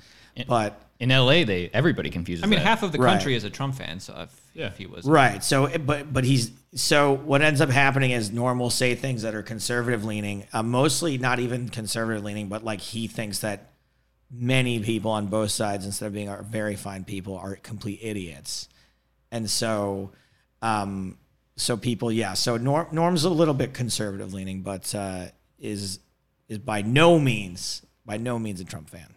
But
In LA, they everybody confuses.
I mean,
that.
half of the
Right.
country is a Trump fan. So if,
Yeah.
if he was,
Right. So, eh, but but he's so what ends up happening is Norm will say things that are conservative leaning, uh, mostly not even conservative leaning, but like he thinks that many people on both sides, instead of being our very fine people, are complete idiots, and so, um, so people, yeah. So Norm Norm's a little bit conservative leaning, but uh, is is by no means by no means a Trump fan.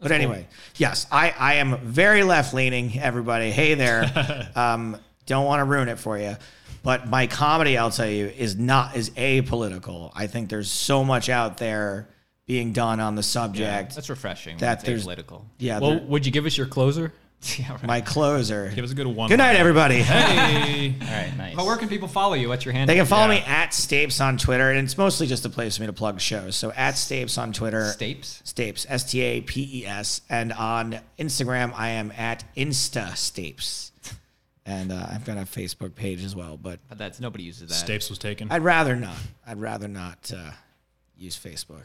But anyway, yes, I, I am very left leaning, everybody. Hey there. um, don't want to ruin it for you. But my comedy, I'll tell you, is not is apolitical. I think there's so much out there being done on the subject.
That's refreshing. when
That
it's
there's-
apolitical.
Yeah,
Well,
there-
would you give us your closer?
yeah, right.
my closer.
Give us a good one.
Good night, everybody.
Hey.
All right, nice.
But where can people follow you? What's your handle?
They can follow
Yeah.
me at Stapes on Twitter, and it's mostly just a place for me to plug shows. So at Stapes on Twitter,
Stapes.
Stapes, S T A P E S, and on Instagram I am at Insta Stapes, and uh, I've got a Facebook page as well. But
But that's nobody uses that.
Stapes was taken.
I'd rather not. I'd rather not uh, use Facebook.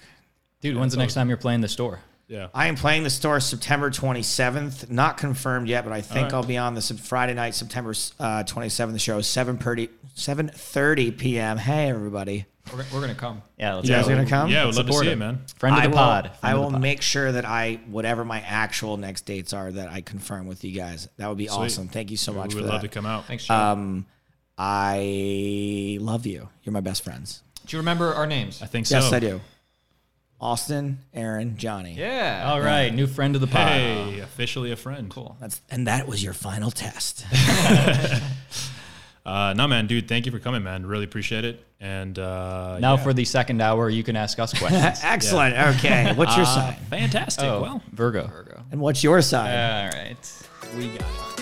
Dude, when's the next time you're playing the store?
Yeah.
I am playing the store September 27th. Not confirmed yet, but I think
right.
I'll be on the Sep- Friday night, September uh, 27th. The show 7:30 7:30 p.m. Hey everybody.
We're, we're gonna come.
Yeah, let's
You guys
go.
gonna come?
Yeah, we'd love to
Support
see
him.
it, man.
Friend of
I
the
will,
pod. friend
I
of the
will
pod.
make sure that I whatever my actual next dates are that I confirm with you guys. That would be awesome. Thank you so much
We
for
would love
that.
to come out.
Thanks, Jay.
um, I love you. You're my best friends.
Do you remember our names?
I think so.
Yes, I do. Austin, Aaron, Johnny.
Yeah.
Oh,
All right, new friend of the pod.
Hey, officially a friend. Cool.
That's and that was your final test.
Uh, no, man, dude, thank you for coming, man. Really appreciate it. And uh,
Now
yeah.
for the second hour, you can ask us questions.
Excellent. Okay.
Uh,
What's your sign?
fantastic.
Oh,
Well,
Virgo.
Virgo.
And what's your sign?
All right. We got it.